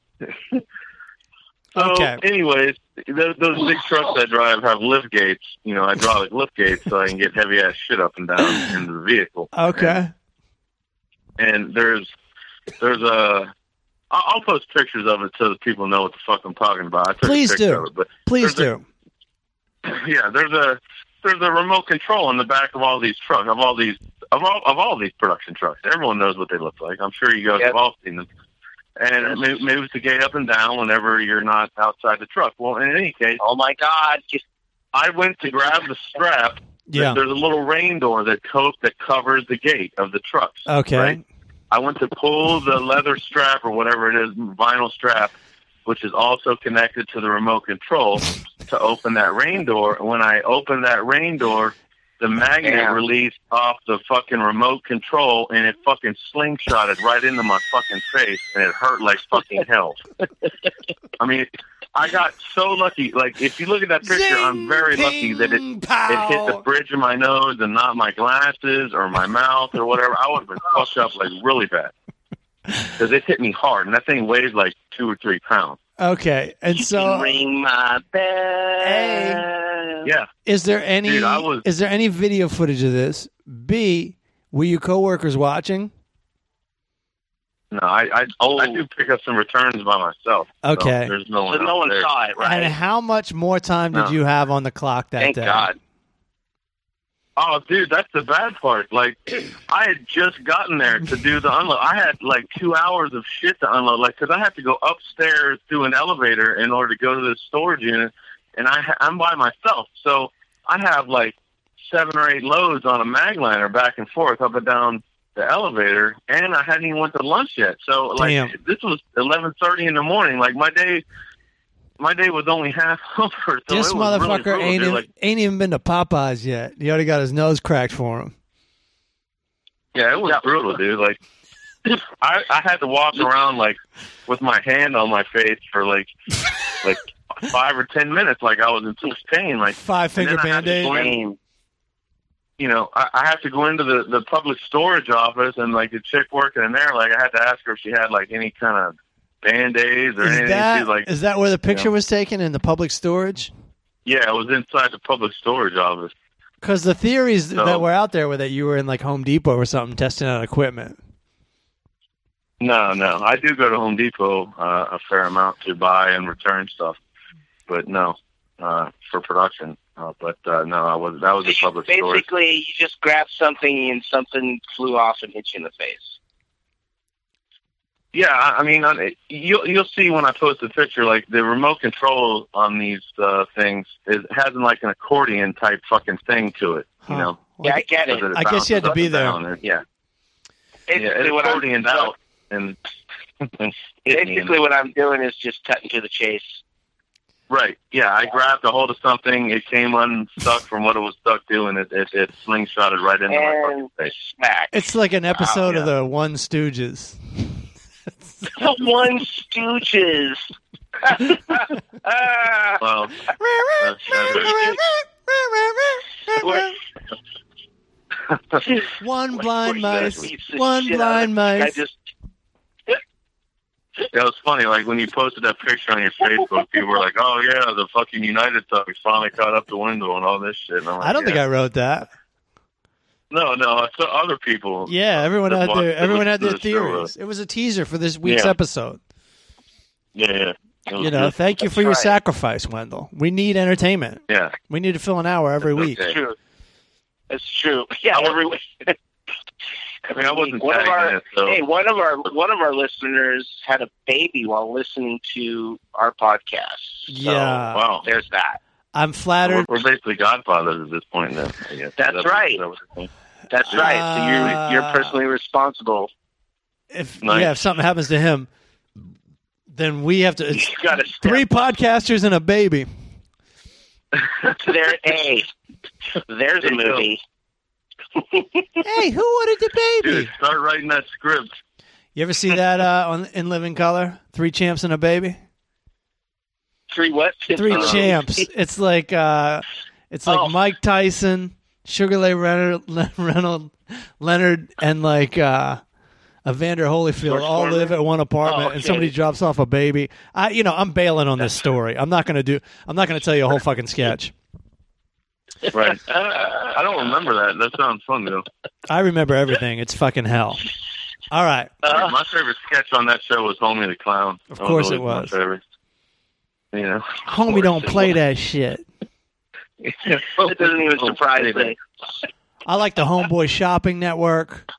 S4: so,
S2: Okay.
S4: anyways, those, those big trucks I drive have lift gates, you know, hydraulic lift gates, so I can get heavy ass shit up and down in the vehicle.
S2: Okay.
S4: and there's there's a I- I'll post pictures of it so that people know what the fuck I'm talking about. I took a
S2: Please
S4: picture
S2: do.
S4: Of it, but
S2: Please
S4: There's
S2: do.
S4: yeah, there's a there's a remote control in the back of all these trucks of all these of all of all these production trucks. Everyone knows what they look like. I'm sure you guys
S3: Yep.
S4: have all seen them. And it mo- moves the gate up and down whenever you're not outside the truck. Well, in any case,
S3: Oh my God! Just
S4: I went to grab the strap.
S2: Yeah.
S4: There's a little rain door that coat that covers the gate of the trucks.
S2: Okay.
S4: right? I went to pull the leather strap or whatever it is, vinyl strap, which is also connected to the remote control to open that rain door. And when I opened that rain door, the magnet
S3: Damn.
S4: released off the fucking remote control and it fucking slingshotted right into my fucking face and it hurt like fucking hell. I mean, I got so lucky. Like, if you look at that picture, I'm very lucky that it it hit the bridge of my nose and not my glasses or my mouth or whatever, I would have been fucked up like really bad. Because it hit me hard, and that thing weighs like two or three pounds.
S2: Okay. And so
S3: ring my bell.
S2: Hey.
S4: Yeah,
S2: Is there any
S4: Dude, I was-
S2: is there any video footage of this? B, were you coworkers watching?
S4: no, I I, I do pick up some returns by myself. so
S2: Okay.
S4: there's no
S3: So
S4: one.
S3: no
S4: out
S3: one
S4: there.
S3: saw it, right?
S2: And how much more time did
S4: No.
S2: you have on the clock that
S3: Thank
S2: day?
S3: God.
S4: Oh, dude, that's the bad part. Like, I had just gotten there to do the unload. I had like two hours of shit to unload, like, because I had to go upstairs through an elevator in order to go to the storage unit, and I ha- I'm by myself, so I have like seven or eight loads on a mag liner back and forth up and down the elevator, and I hadn't even went to lunch yet. So like,
S2: Damn.
S4: this was 11:30 in the morning. Like my day, my day was only half over. So
S2: this
S4: it was really
S2: motherfucker
S4: brutal,
S2: ain't,
S4: dude.
S2: even,
S4: Like,
S2: ain't even been to Popeyes yet. He already got his nose cracked for him.
S4: Yeah, it was brutal, dude. Like, I I had to walk around like with my hand on my face for like like five or ten minutes, like I was in so much pain. Like,
S2: Five finger
S4: and then I had
S2: band
S4: to go
S2: aid.
S4: in-
S3: Damn.
S4: you know, I, I have to go into the the public storage office, and like the chick working in there, like I had to ask her if she had like any kind of band aids or anything.
S2: Is that,
S4: She's like,
S2: is that where the picture was taken in the public storage?
S4: yeah, it was inside the public storage office.
S2: Because the theories
S4: No.
S2: that were out there were that you were in like Home Depot or something testing out equipment.
S4: No, no, I do go to Home Depot uh, a fair amount to buy and return stuff, but no, uh, for production. Uh, but uh, no, I was that was
S3: So
S4: a
S3: you-
S4: public
S3: basically,
S4: storage.
S3: you just grabbed something and something flew off and hit you in the face.
S4: Yeah, I I mean, on it, you'll you'll see when I post the picture, like the remote control on these uh, things is has like an accordion type fucking thing to it, you
S2: Huh.
S4: know.
S2: Well,
S3: Yeah, I get
S4: so
S3: it.
S4: that it
S2: I guess you had
S4: bounces
S2: to
S4: up
S2: be
S4: and
S2: there.
S4: down, and- Yeah, yeah,
S3: Basically,
S4: it
S3: what I'm
S4: accordioned out and. and hit me in the
S3: basically what I'm doing is just cutting to the chase.
S4: Right. Yeah, I grabbed a hold of something. It came unstuck from what it was stuck to, and it, it, it slingshotted right into my fucking
S3: and
S4: face.
S3: smack.
S2: It's like an episode of
S4: yeah.
S2: the One Stooges.
S3: the one Stooges. Ah,
S4: Well, that's, that's it.
S3: we're-
S2: One
S3: we're
S2: blind
S3: just
S2: mice.
S3: pieces of
S2: One
S3: shit.
S2: blind
S3: I
S2: mice.
S3: just
S4: it was funny. Like when you posted that picture on your Facebook, people were like, "Oh yeah, the fucking United stuff is finally caught up the window and all this shit." And I'm like,
S2: I don't think
S4: yeah.
S2: I wrote that.
S4: No, no, I saw other people.
S2: Yeah, everyone
S4: That's
S2: had
S4: why I
S2: their
S4: said
S2: everyone
S4: let's
S2: had
S4: do
S2: their
S4: the show,
S2: theories. It was a teaser for this week's
S4: Yeah.
S2: episode.
S4: Yeah, yeah. It was
S2: You know,
S4: good.
S2: thank you
S3: That's
S2: for your
S3: right.
S2: sacrifice, Wendell. We need entertainment.
S4: yeah.
S2: We need to fill an hour every
S4: That's
S2: week.
S4: okay.
S3: true. That's true. Yeah,
S4: I
S3: every week.
S4: I mean, I wasn't
S3: One of
S4: tagging
S3: our-
S4: it, so
S3: Hey, one of our one of our listeners had a baby while listening to our podcast. So
S2: Yeah.
S4: wow.
S3: there's that.
S2: I'm
S4: We're,
S2: flattered.
S4: we're basically godfathers at this point, then. I guess.
S3: That's right.
S4: that was the thing.
S3: That's right. so you're you're
S2: Uh,
S3: personally responsible.
S2: if
S4: Oh, Nice.
S2: yeah, if something happens to him, then we have to. It's
S4: You got to step
S2: three podcasters and a baby.
S3: There, hey, there's a movie.
S2: Hey, who ordered the
S4: Dude, start writing that script.
S2: You ever see that uh, on in Living Color? Three champs and a baby.
S3: Three what?
S2: Three
S4: Uh,
S2: champs. It's like uh, it's like
S3: Oh.
S2: Mike Tyson, Sugar Ray Leonard, Le- Reynolds, Leonard, and like uh, Evander Holyfield
S4: George
S2: all
S4: Foreman?
S2: live at one apartment,
S3: Oh, okay.
S2: and somebody drops off a baby. I, you know, I'm bailing on this story. I'm not gonna do. I'm not gonna tell you a whole fucking sketch.
S4: Right. I don't remember that. That sounds fun though.
S2: I remember everything. It's fucking hell. All right.
S4: Dude, my favorite sketch on that show was Homie the Clown.
S2: Uh-huh. Of
S4: That
S2: course it
S4: always my
S2: was.
S4: favorite. You know,
S2: Homie, don't
S4: it
S2: play
S4: was.
S2: that shit.
S3: It doesn't even
S4: Oh,
S3: surprise me.
S2: I like the Homeboy Shopping Network.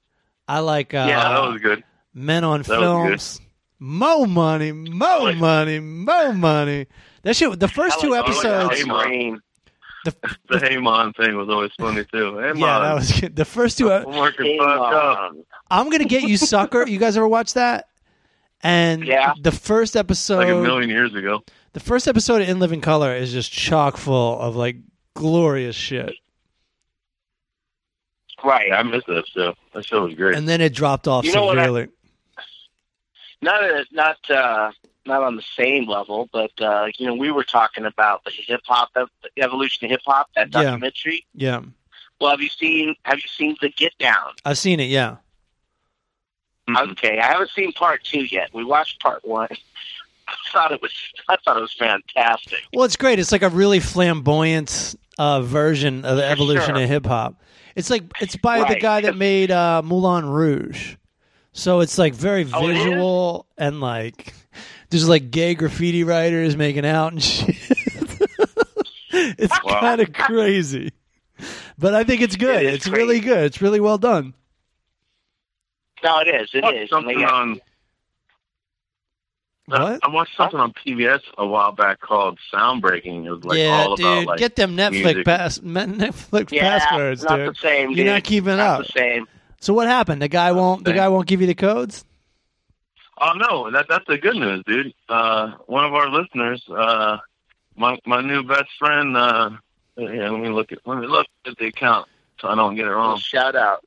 S2: I like uh,
S4: Yeah, that was good.
S2: Men on
S4: was
S2: Films. Mo money, mo
S4: Like-
S2: money, mo money. That shit. The first two
S3: I like- I like
S2: episodes.
S4: Hey,
S3: Scream.
S2: The,
S4: The Haymon thing was always funny too. Hey,
S2: yeah, that was good. The first two. ep-
S4: I'm working
S3: Hey,
S4: fucked up.
S3: Mom.
S2: I'm gonna get you, sucker. You guys ever watch that? And
S3: Yeah.
S2: the first
S4: Like a
S2: episode.
S4: million years ago.
S2: the first episode of In Living Color is just chock full of like glorious shit.
S3: Right.
S4: Yeah, I missed that show. That show was great.
S2: And then it dropped off
S3: You know what I-
S2: severely.
S3: not a, not uh, not on the same level, but uh, you know, we were talking about the hip hop ev- the evolution of hip hop. That
S2: Yeah.
S3: documentary.
S2: yeah.
S3: Well, have you seen Have you seen the Get Down?
S2: I've seen it, yeah. Mm-hmm.
S4: Mhm.
S3: Okay, I haven't seen part two yet. We watched part one. I thought it was I thought it was fantastic.
S2: Well, it's great. It's like a really flamboyant uh, version of the evolution
S3: sure.
S2: of hip hop. It's like it's by the
S3: Right.
S2: guy that made uh, Moulin Rouge, so it's like very
S3: Oh, it is?
S2: visual and like there's like gay graffiti writers making out and shit. it's
S4: Wow.
S2: kind of crazy, but I think it's good.
S3: It is
S2: it's really
S3: crazy.
S2: good. It's really well done.
S3: No, it is. It
S4: I
S3: is. And
S4: watched
S3: they
S4: something
S3: got-
S4: on. uh,
S2: What?
S4: I watched something on PBS a while back called Sound Breaking. It was like
S2: yeah,
S4: all
S2: dude,
S4: about like
S2: get them Netflix
S4: music.
S2: pass Netflix
S3: yeah,
S2: passwords,
S3: not
S2: dude.
S3: the same.
S2: You're
S3: dude.
S2: not keeping
S3: Not
S2: up.
S3: The same.
S2: So what happened? The guy won't. The
S4: Thanks.
S2: guy won't give you the codes.
S4: Oh no, that that's the good news, dude. Uh, one of our listeners, uh, my my new best friend. Uh, yeah, let me look at let me look at the account so I don't get it
S2: Oh.
S4: wrong.
S3: Shout out.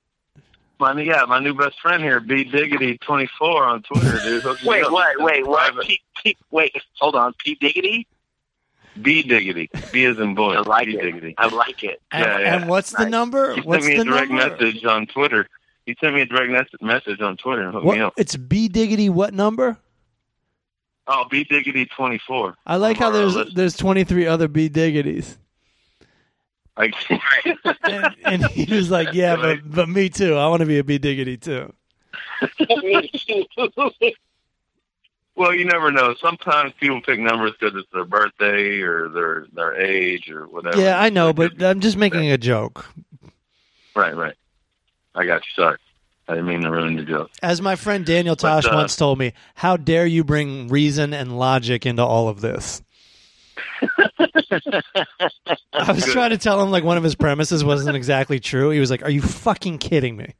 S4: My new- yeah, my new best friend here, B Diggity twenty four on Twitter, dude. Hook me
S3: Wait,
S4: up.
S3: what? Wait, what?
S4: Private.
S3: P, P, wait, hold on. P Diggity.
S4: B Diggity, B is in boy.
S3: I like
S4: B
S3: it.
S4: Diggity.
S3: I like it.
S2: And,
S4: Yeah, yeah.
S2: and what's the
S3: Nice.
S2: number?
S4: He
S2: What's
S4: sent me
S2: the
S4: a direct
S2: number?
S4: message on Twitter. He sent me a direct mes- message on Twitter and hooked
S2: What-
S4: me up.
S2: it's B diggity. What number?
S4: Oh, B Diggity twenty four.
S2: I like how there's there's 23 other B diggities,
S4: Like,
S2: and, and he was like, "Yeah,
S4: Right.
S2: but but me too. I want to be a B diggity too."
S4: well, you never know. Sometimes people pick numbers because it's their birthday or their their age or whatever.
S2: Yeah, I know, but I'm just making a joke.
S4: right, right. I got you. Sorry, I didn't mean to ruin the joke.
S2: As my friend Daniel
S4: But,
S2: Tosh
S4: uh,
S2: once told me, "How dare you bring reason and logic into all of this?" I was
S4: Good.
S2: trying to tell him like one of his premises wasn't exactly true. He was like, "Are you fucking kidding me?"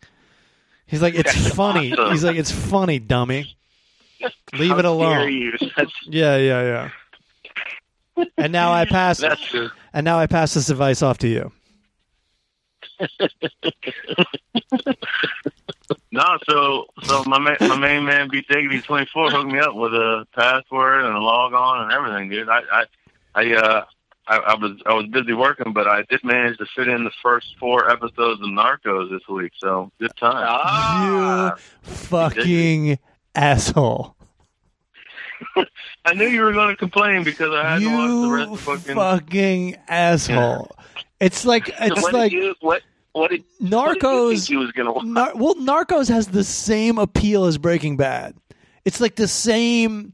S2: He's like, "It's funny."
S4: awesome.
S2: He's like, "It's funny, dummy. Leave it
S3: How dare
S2: alone."
S3: you? That's,
S2: Yeah, yeah, yeah. And now I pass.
S4: That's true.
S2: and now I pass this advice off to you.
S4: No, so so my ma- my main man B Diggity twenty four hooked me up with a password and a log on and everything, dude. I I I uh I, I was I was busy working, but I did manage to fit in the first four episodes of Narcos this week, so good time.
S3: ah,
S2: you fucking asshole.
S4: I knew you were going to complain because I had to watch the
S2: You
S4: rest of fucking.
S2: fucking, asshole. It's like
S3: so
S2: it's
S3: what
S2: like
S3: did you, what what did what did you think
S2: Narcos.
S3: he was gonna watch?
S2: Nar- well, Narcos has the same appeal as Breaking Bad. It's like the same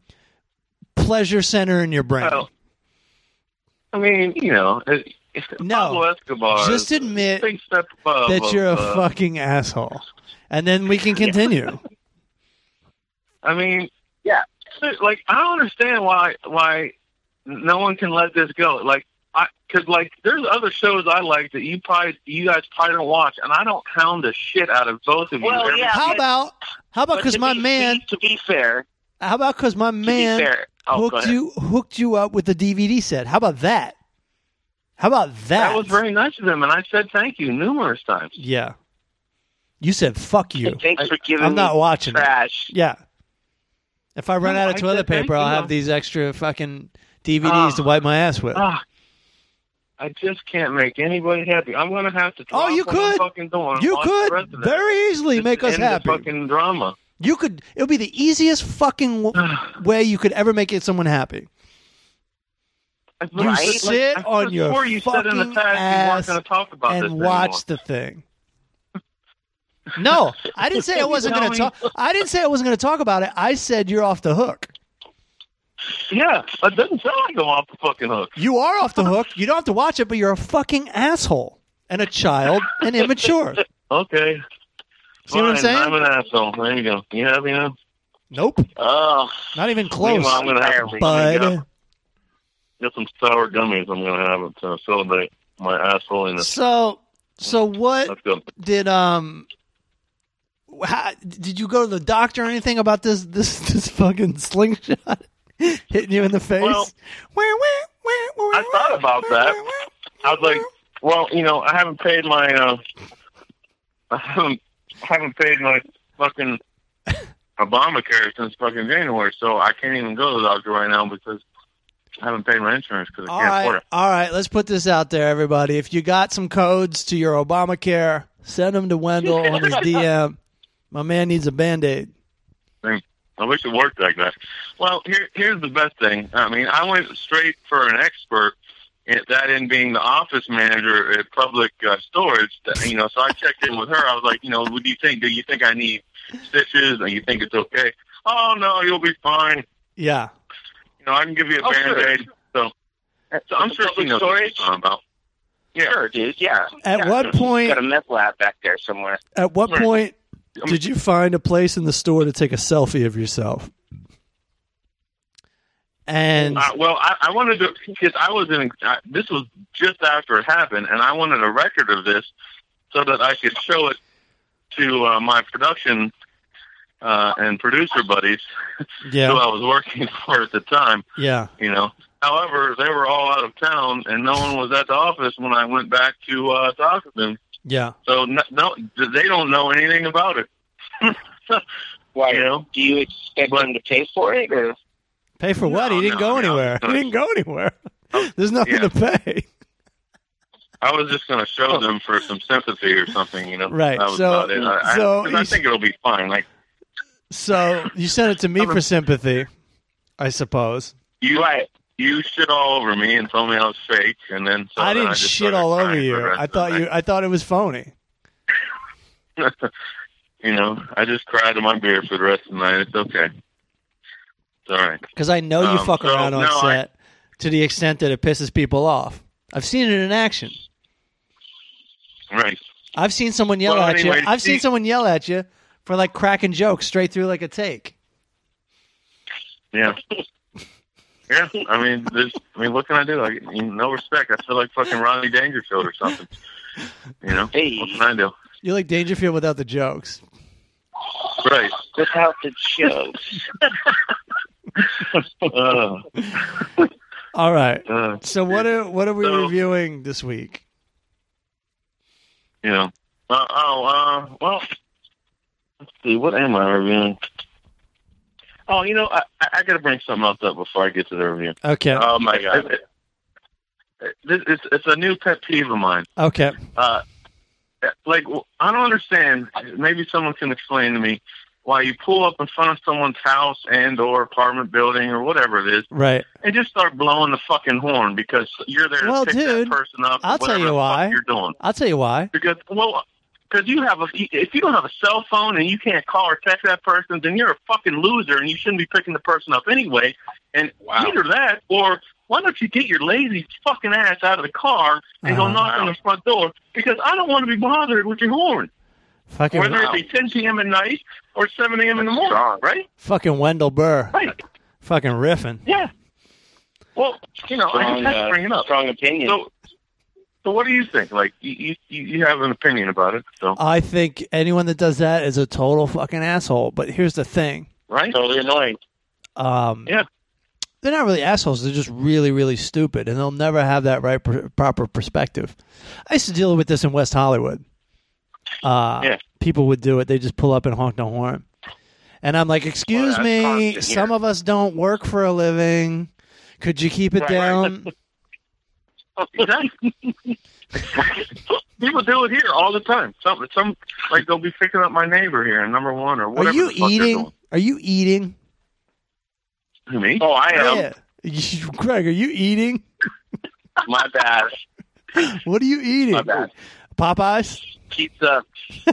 S2: pleasure center in your brain.
S3: Oh,
S4: Well, I mean, you know, it, it's
S2: No.
S4: Pablo Escobar.
S2: Just
S4: is a
S2: admit
S4: big step above
S2: that
S4: of,
S2: you're a
S4: uh,
S2: fucking asshole, and then we can continue.
S4: I mean,
S3: Yeah.
S4: like I don't understand why why no one can let this go. Like I because like there's other shows I like that you probably you guys probably don't watch, and I don't hound the shit out of both of you.
S3: Well,
S4: every-
S3: yeah,
S4: but
S3: but-
S2: How about how about
S3: But
S2: because
S3: to
S2: my
S3: be-
S2: man
S3: to be fair,
S2: how about because my
S3: to
S2: man
S3: be fair, oh, go
S2: hooked
S3: ahead.
S2: you hooked you up with the DVD set. How about that? How about that?
S4: that was very nice of them, and I said thank you numerous times.
S2: yeah. You said fuck you.
S3: Thanks for giving
S2: I'm not
S3: me
S2: watching it.
S3: trash.
S2: Yeah. If I run
S4: No,
S2: out of
S4: I
S2: toilet
S4: said thank
S2: paper, I'll
S4: you.
S2: have these extra fucking DVDs to
S4: Ah.
S2: wipe my ass with.
S4: Ah, I just can't make anybody happy. I'm gonna have to.
S2: Oh,
S4: drop
S2: you
S4: what I'm
S2: could.
S4: fucking doing
S2: you
S4: on The
S2: could
S4: rest of that.
S2: very easily
S4: Just
S2: make
S4: to
S2: us
S4: end the
S2: happy.
S4: fucking drama.
S2: You could. It would be the easiest fucking w- way you could ever make it someone happy.
S4: Like,
S2: You
S4: like,
S2: sit
S4: I said
S2: on your
S4: before you said in the
S2: fucking
S4: past you
S2: ass
S4: weren't going to talk about this
S2: and watch the thing. No, I didn't say I wasn't going to
S4: Tell
S2: talk. I didn't say I wasn't going to talk about it. I said you're off the hook.
S4: anymore. Yeah, it doesn't sound like I'm off the fucking hook.
S2: You are off the hook. You don't have to watch it, but you're a fucking asshole and a child and immature.
S4: Okay.
S2: See what I'm
S4: Fine,
S2: saying?
S4: I'm an asshole. There you go. You have me now.
S2: Nope,
S4: Oh,
S2: not even close.
S4: meanwhile, I'm gonna have to
S2: Bud,
S4: get some sour gummies. I'm gonna have to celebrate my assholiness.
S2: so so what
S4: Let's go.
S2: did um? How, did you go to the doctor or anything about this this this fucking slingshot hitting you in the face?
S4: Well,
S2: I
S4: I thought about that. I was like, well, you know, I haven't paid my, uh, I haven't, I haven't paid my fucking Obamacare since fucking January, so I can't even go to the doctor right now because I haven't paid my insurance because I
S2: All
S4: can't afford
S2: right,
S4: it.
S2: all right. Let's put this out there, everybody. If you got some codes to your Obamacare, send them to Wendell on his DM. My man needs a band aid.
S4: I wish it worked like that. Well, here, here's the best thing. I mean, I went straight for an expert. It, that in being the office manager at public uh, storage, that, you know. So I checked in with her. I was like, you know, what do you think? Do you think I need stitches? And you think it's okay? Oh no, you'll be fine.
S2: Yeah,
S4: You know, I can give you a
S3: Oh, sure.
S4: band aid. So, so I'm sure she
S3: Public
S4: knows what she's
S3: storage?
S4: talking about. Yeah.
S3: Sure, dude. Yeah.
S2: At
S3: yeah.
S2: what point-
S3: Got a meth lab back there somewhere.
S2: At what
S4: Right.
S2: point
S4: I'm-
S2: did you find a place in the store to take a selfie of yourself? And
S4: Uh, well, I, I wanted to because I was in. I, this was just after it happened, and I wanted a record of this so that I could show it to uh, my production uh, and producer buddies who
S2: yeah,
S4: I was working for at the time.
S2: yeah,
S4: You know. However, they were all out of town, and no one was at the office when I went back to uh, talk to them.
S2: yeah.
S4: So no, no, they don't know anything about it.
S3: Why?
S4: You know?
S3: Do you expect
S4: But-
S3: them to pay for it? Or?
S2: Pay for what? He
S4: No,
S2: didn't
S4: no,
S2: go
S4: no. Oh,
S2: anywhere. He didn't go anywhere. There's nothing
S4: Yeah.
S2: to pay.
S4: I was just going to show them for some sympathy or something, you know.
S2: Oh. Right,
S4: That was
S2: so-
S4: about it. I, I-
S2: so
S4: 'cause I
S2: you s-
S4: think it'll be fine. Like
S2: So you sent it to me
S4: I'm a-
S2: for sympathy, I suppose.
S4: you,
S3: Right.
S4: you shit all over me and told me I was fake, and then so
S2: I
S4: then
S2: didn't
S4: just
S2: shit
S4: started
S2: all over
S4: crying for
S2: you.
S4: the rest
S2: I
S4: of
S2: thought
S4: the
S2: you.
S4: night.
S2: I thought it was phony.
S4: you know, I just cried in my beer for the rest of the night. It's okay. It's all right.
S2: Because I know you
S4: Um,
S2: fuck
S4: so,
S2: around on
S4: no, I-
S2: set to the extent that it pisses people off. I've seen it in action.
S4: Right.
S2: I've seen someone yell
S4: Well,
S2: at
S4: anyway,
S2: you. I've seen
S4: she-
S2: someone yell at you for like cracking jokes straight through like a take.
S4: Yeah. Yeah, I mean, there's, I mean, what can I do? Like, you know, no respect. I feel like fucking Ronnie Dangerfield or something. You know,
S3: Hey.
S4: what can I do?
S2: You're like Dangerfield without the jokes.
S4: Right.
S3: Without the jokes.
S4: Uh,
S2: All right.
S4: uh,
S2: So what are what are we
S4: So-
S2: reviewing this week?
S4: you know. Uh, oh, uh, well, let's see. What am I reviewing? Oh, you know, I, I, I got to bring something else up before I get to the review.
S2: Okay.
S4: Oh my god, it, it, it's it's a new pet peeve of mine.
S2: Okay.
S4: Uh, like I don't understand. Maybe someone can explain to me why you pull up in front of someone's house and or apartment building or whatever it is
S2: Right.
S4: and just start blowing the fucking horn because you're there to
S2: Well,
S4: pick
S2: dude,
S4: that person up.
S2: I'll tell
S4: whatever
S2: you
S4: the fuck
S2: why.
S4: you're doing.
S2: I'll tell you why.
S4: Because well, because you have a if you don't have a cell phone and you can't call or text that person, then you're a fucking loser and you shouldn't be picking the person up anyway. And either that or why don't you get your lazy fucking ass out of the car and
S2: Uh-huh.
S4: go knock on the front door? Because I don't want to be bothered with your horn,
S2: Fucking
S4: whether it be 10 p.m. at night or 7 a.m. in the morning. Right?
S2: fucking Wendell Burr.
S4: Right.
S2: Fucking riffing.
S4: Yeah. Well, you know, I
S3: Strong,
S4: just had
S3: uh,
S4: to bring it up.
S3: strong opinion.
S4: So, so what do you think? Like, you you, you have an opinion about it, so
S2: I think anyone that does that is a total fucking asshole. But here's the thing.
S4: right?
S3: totally annoying.
S2: Um,
S4: Yeah.
S2: They're not really assholes. They're just really, really stupid, and they'll never have that right pr- proper perspective. I used to deal with this in West Hollywood. Uh,
S4: Yeah.
S2: People would do it. They just pull up and honk the horn, and I'm like, "Excuse
S4: that's
S2: me,
S4: constant here."
S2: some of us don't work for a living. Could you keep it
S4: Right.
S2: down?"
S4: Exactly. People do it here all the time. Some, some like they'll be picking up my neighbor here, in number one or whatever.
S2: Are you
S4: the fuck they're
S2: eating? Are you eating?
S4: doing. Who, Me?
S3: Oh, I am.
S2: Yeah. Greg, are you eating?
S3: My bad.
S2: What are you
S3: My
S2: eating?
S3: bad.
S2: Popeyes.
S3: Pizza,
S4: hey,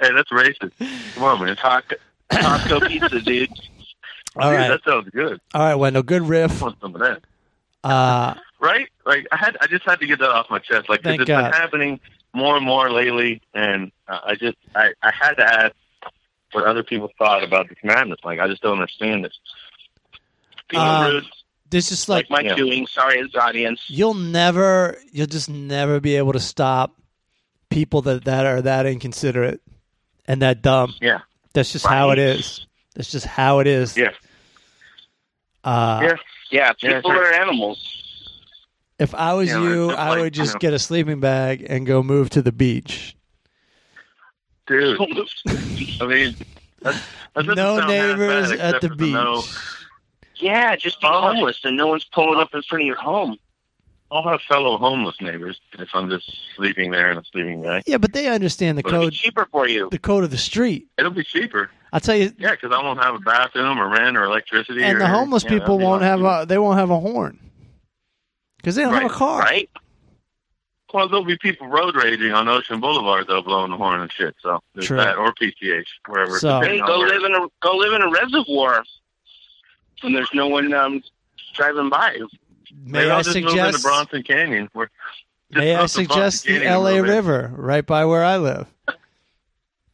S4: that's racist. Come on, man.
S3: taco, taco pizza, dude.
S2: All
S4: Dude,
S2: right,
S4: That sounds good.
S2: all right, Wendell. Good
S4: I
S2: riff.
S4: want some of that.
S2: Uh,
S4: Right? Like I had, I just had to get that off my chest. Like 'cause
S2: Thank
S4: it's
S2: God.
S4: been happening more and more lately, and uh, I just, I, I had to ask what other people thought about this madness. Like I just don't understand this.
S3: Being
S2: Um,
S3: rude,
S2: this is like
S3: like my
S4: yeah.
S3: doing. Sorry, his audience.
S2: you'll never you'll just never be able to stop people that that are that inconsiderate and that dumb
S4: Yeah.
S2: that's just how it is that's just how it is
S4: Yeah.
S2: uh,
S4: Yeah.
S3: Yeah,
S4: Yeah,
S3: people
S4: sure.
S3: are animals.
S2: if i was
S4: Yeah,
S2: you
S4: it's
S2: i
S4: like,
S2: would
S4: you
S2: just
S4: know.
S2: get a sleeping bag and go move to the beach
S4: Dude, I mean, that's, that doesn't
S2: no
S4: sound half
S2: neighbors
S4: bad,
S2: at
S4: except
S2: the
S4: for
S2: beach
S4: no-
S3: yeah, just be
S4: Oh.
S3: homeless and no one's pulling up in front of your home.
S4: I'll have fellow homeless neighbors if I'm just sleeping there in a sleeping bag.
S2: yeah but they understand the
S4: But
S3: It'll be
S2: code
S3: cheaper for you.
S2: the code of the street
S4: It'll be cheaper.
S2: i'll tell you
S4: Yeah, because I won't have a bathroom or rent or electricity.
S2: and
S4: or,
S2: the homeless
S4: you know,
S2: people
S4: it'll be
S2: won't
S4: like-
S2: have a they won't have a horn because they don't have
S4: Right,
S2: a car
S3: Right?
S4: Well, there'll be people road raging on Ocean Boulevard, though, blowing the horn and shit. So there's
S2: True.
S4: that, or PTH, wherever.
S2: So-
S4: depending
S3: Hey,
S4: on
S3: go
S4: where-
S3: live in a go live in a reservoir, and there's no one um, driving by.
S4: Maybe
S2: may
S4: I'll
S2: i
S4: just move into
S2: suggest
S4: Bronson Canyon. Where, just
S2: may i
S4: up to Bronson
S2: suggest the
S4: Canyon a
S2: la
S4: little bit.
S2: river right by where i live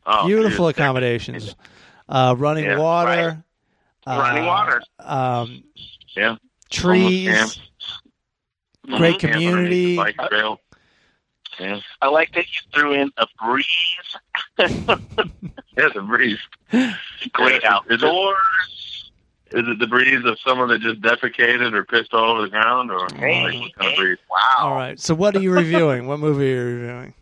S4: Oh,
S2: beautiful
S4: dude.
S2: accommodations, uh, running
S4: Yeah,
S2: water, uh,
S3: Running water.
S2: um,
S4: Yeah.
S2: trees.
S4: Homeless
S3: Mhm.
S2: Great
S4: Camp underneath
S2: community.
S4: the Bike trail. Yeah.
S3: I like that you threw in a breeze,
S4: Yeah, the breeze.
S3: great
S4: Yeah. Is it,
S3: outdoors.
S4: is it the breeze of someone that just defecated or pissed all over the ground, or like,
S3: Hey,
S4: what kind of
S3: hey,
S4: breeze?
S3: wow.
S2: All right. So, what are you reviewing? what movie are you reviewing?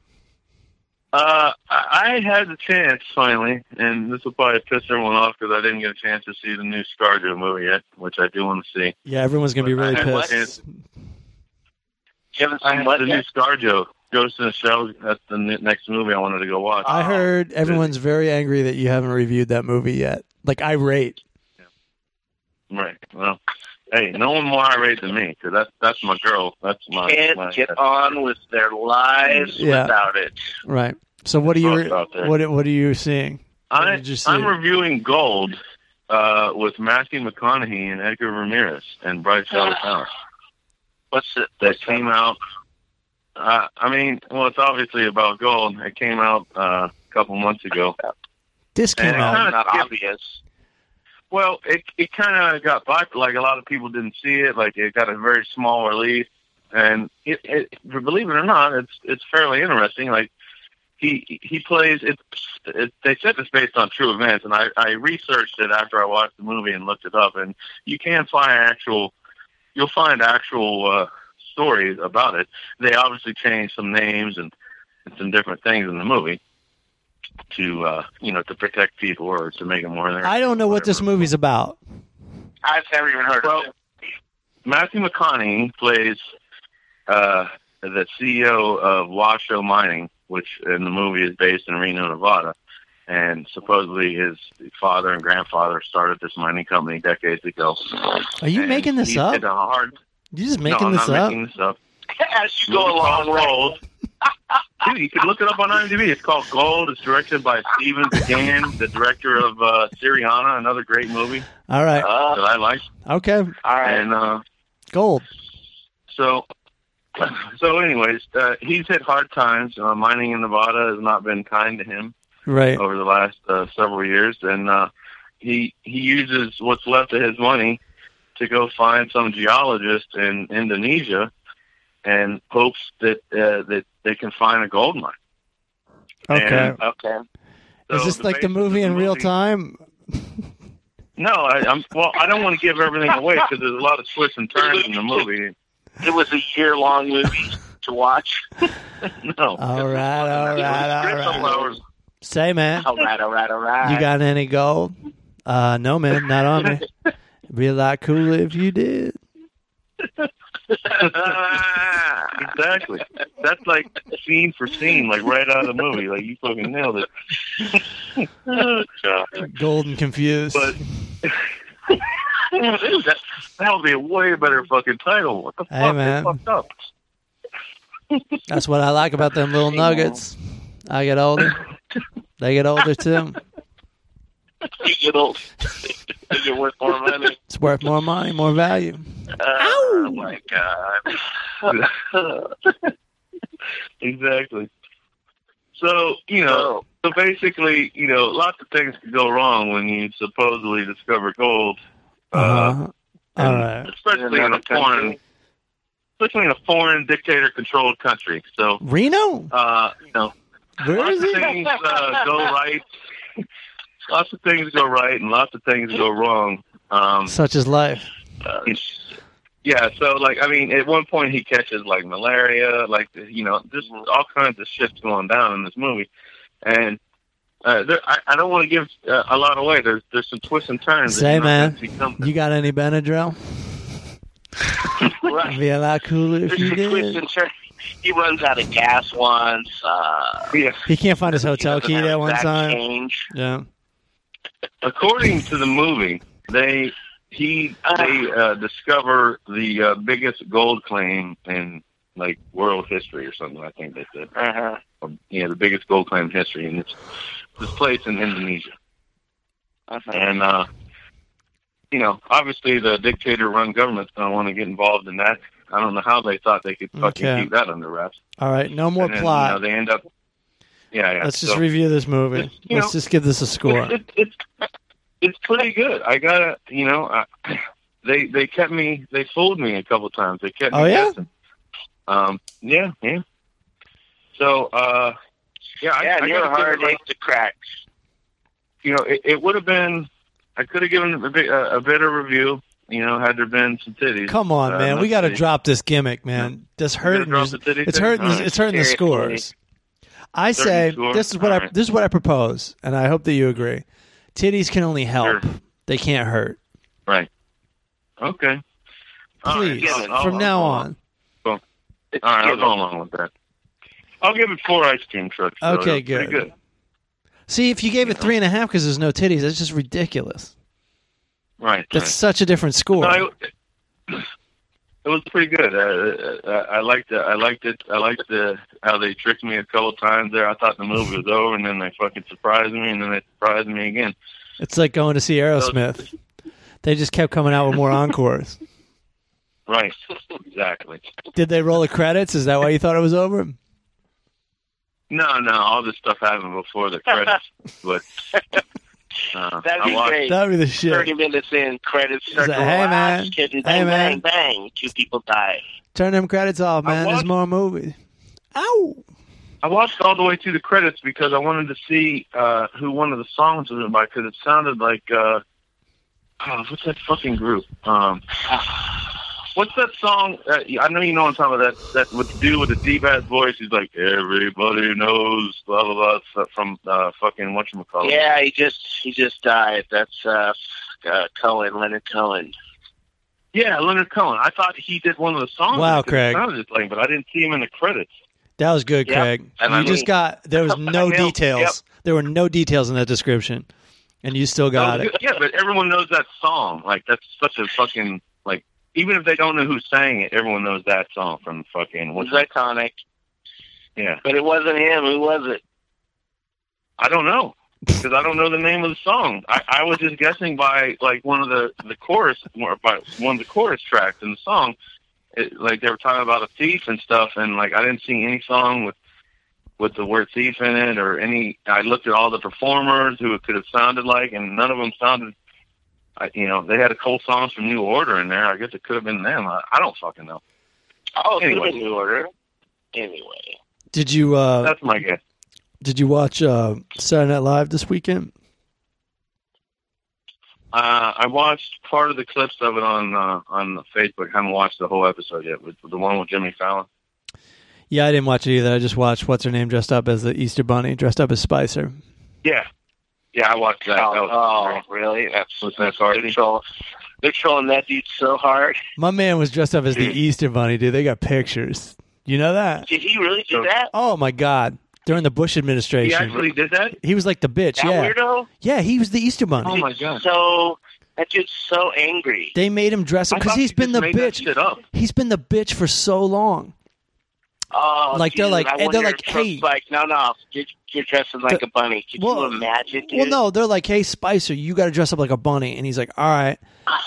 S4: Uh, I I had the chance finally, and this will probably piss everyone off because I didn't get a chance to see the new ScarJo movie yet, which I do want to see.
S2: Yeah, everyone's gonna be really
S4: I-
S3: what?
S2: pissed.
S3: You haven't
S4: I
S3: seen
S4: had
S3: what
S4: the new
S3: yet?
S4: ScarJo, Ghost in the Shell. That's the ne- next movie I wanted to go watch.
S2: I heard everyone's very angry that you haven't reviewed that movie yet. Like irate.
S4: Right. Well, hey, no one more irate than me because that's that's my girl. That's my. my
S3: Can't get on with their lives
S2: Yeah.
S3: without it.
S2: Right. So, what are you?
S4: Thoughts out there.
S2: What What are you seeing? What
S4: I,
S2: did you see?
S4: I'm reviewing Gold uh, with Matthew McConaughey and Edgar Ramirez and Bryce Dallas Howard.
S3: What's it?
S4: that came out. Uh, I mean, well, it's obviously about gold. It came out uh, a couple months ago.
S2: This came
S4: And-
S2: out.
S3: Well, not
S4: Yeah.
S3: obvious.
S4: Well, it it kind of got by. Like a lot of people didn't see it. Like it got a very small release, and it, it believe it or not, it's it's fairly interesting. Like he he plays it's it, they said it's based on true events, and I I researched it after I watched the movie and looked it up, and you can find actual you'll find actual uh, stories about it. They obviously changed some names and, and some different things in the movie to uh you know to protect people or to make them more.
S2: I don't know what this
S4: whatever.
S2: movie's about.
S3: I've never even heard
S4: Well,
S3: of it.
S4: Matthew McConaughey plays uh, the CEO of Washoe Mining, which in the movie is based in Reno, Nevada. And supposedly his father and grandfather started this mining company decades ago.
S2: Are you
S4: And
S2: making this
S4: he's
S2: up?
S4: hit a hard-
S2: You just
S4: no,
S2: making
S4: I'm
S2: this
S4: not
S2: up?
S4: making this up.
S3: As you go
S4: Movie
S3: along,
S4: called Gold. Dude, you can look it up on IMDb. It's called Gold. It's directed by Steven Began, the director of uh, Syriana, another great movie
S2: All right.
S3: Uh,
S4: that I like.
S2: Okay.
S3: all right.
S4: And uh,
S2: Gold.
S4: So, so anyways, uh, he's hit hard times. Uh, mining in Nevada has not been kind to him
S2: Right.
S4: over the last uh, several years, and uh, he he uses what's left of his money to go find some geologist in Indonesia and hopes that uh, that they can find a gold mine.
S2: Okay.
S4: And- okay.
S2: Is
S4: So
S2: this like the
S4: basis of
S2: movie in real time?
S4: No, I, I'm. Well, I don't want to give everything away because there's a lot of twists and turns in the movie.
S3: It was a year long movie to watch.
S4: No.
S2: All right, all right,
S4: It's
S2: all
S4: several
S2: right.
S4: hours.
S2: Say, man,
S3: All right, all right, all right.
S2: you got any gold? Uh, no, man, not on me. It'd be a lot cooler if you did.
S3: Ah,
S4: exactly. That's like scene for scene, like right out of the movie. Like you fucking nailed it. oh, God.
S2: Gold and confused.
S4: But- that that would be a way better fucking title. What the
S2: Hey,
S4: fuck? They
S2: man.
S4: fucked up.
S2: That's what I like about them little nuggets. I get older. They get older too.
S3: You get old. You're worth more money.
S2: It's worth more money, more value.
S4: Oh my god. exactly. So, you know,
S3: Oh,
S4: so basically, you know, lots of things can go wrong when you supposedly discover gold.
S2: Uh-huh. All
S4: and
S2: right.
S4: Especially in a
S3: Another
S4: foreign
S3: country.
S4: especially in a foreign dictator controlled country. So
S2: Reno?
S4: uh, you know,
S2: Where
S4: lots
S2: is
S4: of
S2: he?
S4: things uh, go right. Lots of things go right, and lots of things go wrong. Um,
S2: Such is life.
S4: uh, yeah, so like I mean, at one point he catches like malaria, like you know, just all kinds of shit's going down in this movie, and uh, there, I, I don't want to give uh, a lot away. There's there's some twists and turns.
S2: Say,
S4: that you're not
S2: man,
S4: gonna see coming.
S2: You got any Benadryl?
S3: Oh, right.
S2: It'd be a lot cooler if
S3: There's
S2: you
S3: some twists
S2: did.
S3: and turns. He runs out of gas once. Uh,
S4: yeah.
S2: He can't find his hotel
S3: he doesn't
S2: key
S3: have
S2: that one
S3: exact
S2: time.
S3: Change.
S2: Yeah.
S4: According to the movie, they he they uh, discover the uh, biggest gold claim in like world history or something. I think they said.
S3: Uh-huh.
S4: um, yeah, the biggest gold claim in history, and it's this place in Indonesia.
S3: Uh-huh.
S4: And uh, you know, obviously, the dictator-run government's going to want to get involved in that. I don't know how they thought they could fucking
S2: Okay.
S4: keep that under wraps.
S2: All right. No more
S4: and then, You
S2: plot.
S4: know, they end up. Yeah, yeah.
S2: Let's
S4: so-
S2: just review this movie.
S4: It's, you
S2: Let's
S4: know,
S2: just give this a score.
S4: It's, it's, it's- it's pretty good. I gotta, you know, I, they they kept me. They fooled me a couple times. They kept.
S2: Oh,
S4: me
S2: yeah?
S4: guessing. Um. Yeah. Yeah. So. uh Yeah. I,
S3: yeah,
S4: I
S3: and you're
S4: gotta
S3: a
S4: give it,
S3: hard
S4: like,
S3: egg to crack.
S4: you know, it, it would have been. I could have given a, bit, a, a better review. You know, had there been some titties.
S2: Come on,
S4: Uh,
S2: man. We
S4: let's
S2: got to
S4: see.
S2: drop this gimmick, man. This
S4: We're gonna
S2: hurting.
S4: drop the titty
S2: It's
S4: thing?
S2: hurting.
S4: All right.
S2: It's hurting the
S3: Seriously.
S2: scores. I
S4: Hurting
S2: say
S4: score?
S2: this is what
S4: All
S2: I
S4: right.
S2: this is what I propose, and I hope that you agree. Titties can only help;
S4: Sure.
S2: they can't hurt.
S4: Okay. All right,
S2: Please,
S4: I'll- I'll-
S2: from
S4: I'll-
S2: now
S4: I'll-
S2: on.
S4: All right, I'll
S3: Give
S4: go
S3: him.
S4: along with that. I'll give it four ice cream trucks. though.
S2: Okay,
S4: It was pretty
S2: good. See, if you gave it three and a half because there's no titties, that's just ridiculous.
S4: Right.
S2: That's such a different score.
S4: right. No, it, it was pretty good. Uh, uh, I liked it. I liked it. I liked the how they tricked me a couple times there. I thought the movie was over, and then they fucking surprised me, and then they surprised me again.
S2: It's like going to see Aerosmith. They just kept coming out with more encores.
S4: Right. Exactly.
S2: Did they roll the credits? Is that why you thought it was over?
S4: No, no, all this stuff happened before the credits, but uh,
S3: That'd
S4: I
S3: be
S4: watched,
S3: great.
S2: That'd be the
S3: 30
S2: shit.
S3: minutes in, credits
S2: He's like,
S3: start to
S2: "Hey,
S3: roll. Ah,
S2: man.
S3: just kidding.
S2: Hey,
S3: Bang,
S2: man.
S3: bang, bang. Two people die.
S2: Turn them credits off,
S4: I
S2: man. There's
S4: watched-
S2: more movies. Ow.
S4: I watched all the way through the credits because I wanted to see uh, who one of the songs was by because it sounded like uh, oh, what's that fucking group? Um, what's that song? Uh, I know you know what I'm talking about. That that with the dude with the deep ass voice. He's like everybody knows blah blah blah so- from uh, fucking what you call
S3: Yeah, he just he just died. That's uh, uh Cohen, Leonard Cohen.
S4: yeah, Leonard Cohen. I thought he did one of the songs.
S2: Wow,
S4: because
S2: Craig.
S4: It sounded just like, him, but I didn't see him in the credits.
S2: That was good,
S3: Yeah,
S2: Craig.
S4: and
S2: you
S4: I
S2: just
S3: mean-
S2: got there was no
S4: Yep.
S2: details. There were no details in that description, and you still got
S4: No,
S2: it.
S4: Yeah, but everyone knows that song. Like that's such a fucking like even if they don't know who sang it, everyone knows that song from fucking
S3: It was
S2: Mm-hmm.
S4: what's that?
S3: iconic,
S4: Yeah,
S3: but it wasn't him. Who was it?
S4: I don't know because I don't know the name of the song. I, I was just guessing by like one of the the chorus or by one of the chorus tracks in the song. It, like they were talking about a thief and stuff, and like I didn't see any song with with the word thief in it or any. I looked at all the performers who it could have sounded like, and none of them sounded I, you know, they had a couple songs from New Order in there. I guess it could have been them. I, I don't fucking know.
S3: Oh, it
S4: Anyway.
S3: anyway. New Order. Anyway,
S2: Did you uh,
S4: That's my guess.
S2: did you watch uh, Saturday Night Live this weekend?
S4: Uh, I watched part of the clips of it on uh, on Facebook. haven't watched the whole episode yet. With the one with Jimmy Fallon.
S2: Yeah, I didn't watch it either. I just watched what's her name dressed up as the Easter Bunny, dressed up as Spicer.
S4: Yeah, yeah, I watched that. that
S3: oh,
S4: was,
S3: oh, really? That's
S4: Was that
S3: they're,
S4: Cardi?
S3: troll, they're trolling that dude so hard.
S2: My man was dressed up as the Easter Bunny, dude. They got pictures. You know that?
S3: Did he really do
S4: So-
S3: that?
S2: Oh my God! During the Bush
S4: He
S2: administration,
S4: actually did that.
S2: he was like the bitch.
S3: That
S2: yeah,
S3: weirdo.
S2: yeah, he was the Easter Bunny.
S4: Oh my god!
S3: So that dude's so angry.
S2: They made him dress up
S4: I
S2: because
S4: thought
S2: he's
S4: he
S2: been the
S4: just made that
S2: bitch.
S4: shit up.
S2: He's been the bitch for so long.
S3: Oh,
S2: Like, they're
S3: dude,
S2: like-
S3: I
S2: and they're
S3: wonder
S2: like,
S3: if Trump's
S2: hey.
S3: like, no, no, you're, you're dressing like
S2: The-
S3: a bunny. Could
S2: well-
S3: you imagine? Dude?
S2: Well, no, they're like, "Hey, Spicer, you got to dress up like a bunny," and he's like, "All right."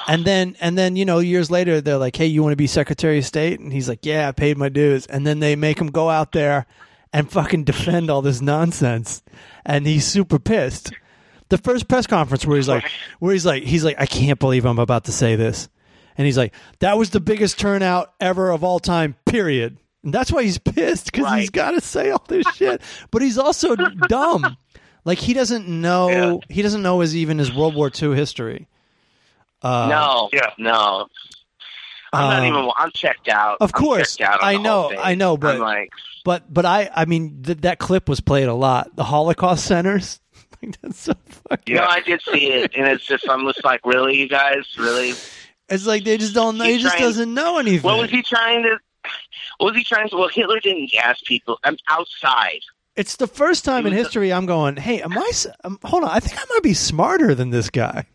S2: And then, and then, you know, years later, they're like, "Hey, you want to be Secretary of State?" And he's like, "Yeah, I paid my dues." And then they make him go out there and fucking defend all this nonsense, and he's super pissed. The first press conference where he's like, where he's like, he's like, "I can't believe I'm about to say this," and he's like, "That was the biggest turnout ever of all time." Period. And that's why he's pissed because he's
S3: Right.
S2: got to say all this shit, but he's also dumb. Like he doesn't know
S4: Yeah.
S2: he doesn't know his even his World War II history. Uh,
S3: no,
S4: yeah.
S3: no. I'm
S2: um,
S3: not even. I'm checked out.
S2: of
S3: I'm
S2: course.
S3: checked out on
S2: I
S3: the
S2: know,
S3: whole thing.
S2: I know, but-
S3: I'm like,
S2: But but I I mean th- that clip was played a lot. The Holocaust centers. like that's so fucking.
S4: Yeah.
S3: no, I did see it, and it's just, I'm just like, really, you guys, really?
S2: It's like they just don't know. He
S3: He's
S2: just
S3: trying-
S2: doesn't know anything.
S3: What was he trying to? What was he trying to? Well, Hitler didn't gas people. I'm outside.
S2: It's the first time in
S3: He was-
S2: history I'm going. Hey, am I? s- Um, hold on. I think I might be smarter than this guy.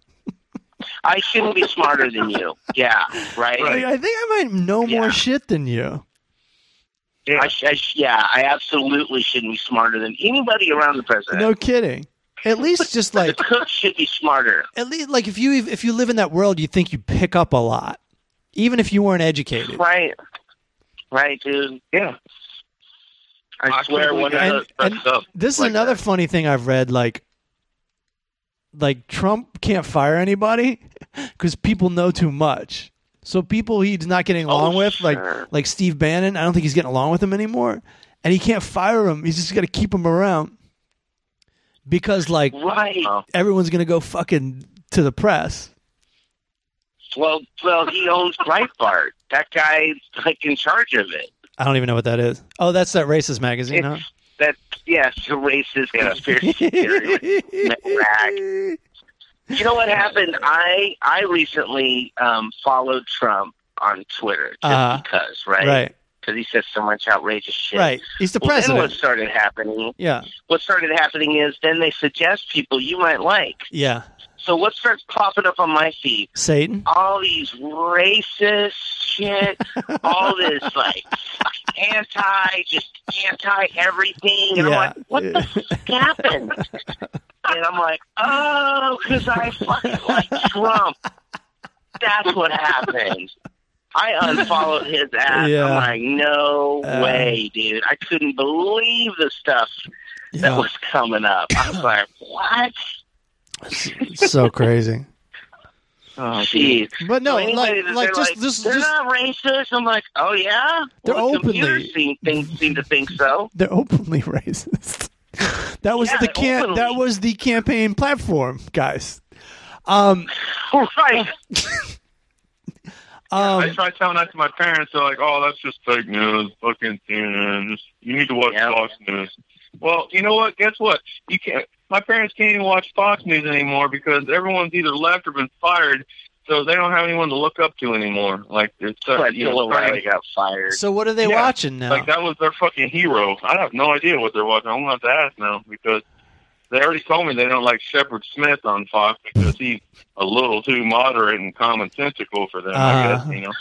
S3: I shouldn't be smarter than you. Yeah, right.
S2: Like, I think I might know more
S3: Yeah.
S2: shit than you.
S4: Yeah.
S3: I sh- I sh- yeah, I absolutely shouldn't be smarter than anybody around the president.
S2: No kidding. At least just like
S3: the cook should be smarter.
S2: at least like if you if you live in that world, you think you pick up a lot, even if you weren't educated.
S3: Right. Right, dude.
S4: yeah.
S3: I, swear one of
S2: And-
S3: the
S2: and-
S4: up.
S2: This is
S4: like
S2: another
S4: that.
S2: funny thing I've read. Like, like Trump can't fire anybody because people know too much. So people he's not
S4: Oh,
S2: getting along with,
S3: sure.
S2: like like Steve Bannon, I don't think he's getting along with him anymore, and he can't fire him. He's just got to keep him around because like
S3: Right.
S4: Oh.
S2: everyone's gonna go fucking to the press.
S3: Well well he owns Breitbart. That guy's like in charge of it.
S2: I don't even know what that is. Oh, that's that racist magazine, huh?
S3: It's- That yes, a racist conspiracy theory. rag. You know what happened? I I recently um, followed Trump on Twitter just
S2: Uh-huh.
S3: because, right?
S2: right,
S3: Because he says so much outrageous shit.
S2: right. He's the
S3: Well, then what
S2: president.
S3: started happening?
S2: Yeah,
S3: What started happening is then they suggest people you might like.
S2: yeah.
S3: So what starts popping up on my feed?
S2: Satan.
S3: all these racist shit, all this like anti, just anti everything. And I'm like, what the fuck happened? And I'm like, oh, because I fucking like Trump. That's what happened. I unfollowed his ass.
S2: Yeah.
S3: I'm like, no
S2: Uh,
S3: way, dude. I couldn't believe the stuff that
S2: Yeah.
S3: was coming up. I was like, what?
S2: It's so crazy.
S4: Oh, dude.
S3: Jeez.
S2: But no,
S3: So anybody
S2: like,
S3: that's
S2: like
S3: there,
S2: just this,
S3: they're
S2: just
S3: not racist. I'm like, oh yeah,
S2: They're
S3: well, the
S2: openly-
S3: Computers seem, think, seem to think so.
S2: they're openly racist. That was
S3: Yeah,
S2: the can
S3: openly.
S2: that was the campaign platform, guys. Um,
S3: right?
S4: I
S2: um,
S4: tried telling that to my parents. They're like, "Oh, that's just fake news, fucking CNN. Just, you need to watch
S3: Yeah.
S4: Fox News." Well, you know what? Guess what? You can't. My parents can't even watch Fox News anymore because everyone's either left or been fired, so they don't have anyone to look up to anymore. Like it's uh,
S3: But
S4: you
S3: Bill
S4: know,
S3: O'Reilly
S4: starting-
S3: got fired.
S2: so what are they
S4: Yeah,
S2: watching now?
S3: uh,
S4: like that was their fucking hero. I have no idea what they're watching. I'm gonna have to ask now because they already told me they don't like Shepard Smith on Fox because he's a little too moderate and commonsensical for them. I
S2: Uh-huh.
S4: guess you know.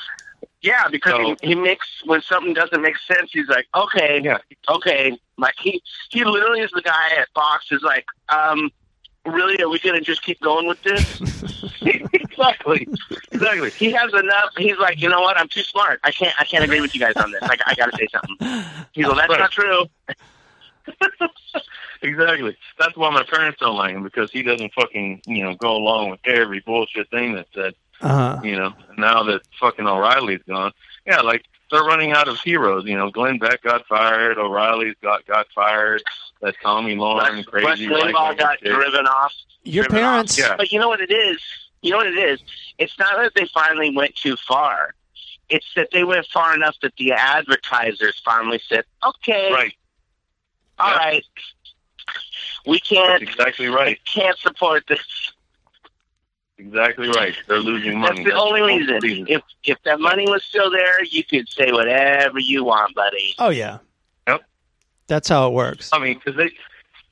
S3: yeah, because
S4: So-
S3: he, he makes when something doesn't make sense, he's like, okay,
S4: Yeah.
S3: okay. Like he he literally is the guy at Fox is like, um, really, are we gonna just keep going with this?
S4: exactly. Exactly.
S3: He has enough. He's like, you know what? I'm too smart. I can't. I can't agree with you guys on this. Like, I gotta say something. He's like, that's
S4: Right.
S3: not true.
S4: exactly. That's why my parents don't like him because he doesn't fucking you know go along with every bullshit thing that's said.
S2: Uh huh.
S4: You know, now that fucking O'Reilly's gone, yeah, like they're running out of heroes. You know, Glenn Beck got fired, O'Reilly's got got fired. That Tommy Lauren
S3: Lex Lex
S4: crazy
S3: Limbaugh
S4: right-wing
S3: got
S4: chick.
S3: driven off.
S2: Your
S3: driven off.
S2: parents.
S4: Yeah.
S3: But you know what it is? You know what it is? It's not that they finally went too far. It's that they went far enough that the advertisers finally said, "Okay,
S4: Right.
S3: all
S4: Yeah.
S3: right, we
S4: That's
S3: can't
S4: exactly right.
S3: can't support this."
S4: Exactly right. They're losing
S3: That's
S4: money.
S3: the only
S4: whole
S3: reason. If if that money was still there, you could say whatever you want, buddy.
S2: Oh yeah.
S4: Yep.
S2: That's how it works.
S4: I mean, because they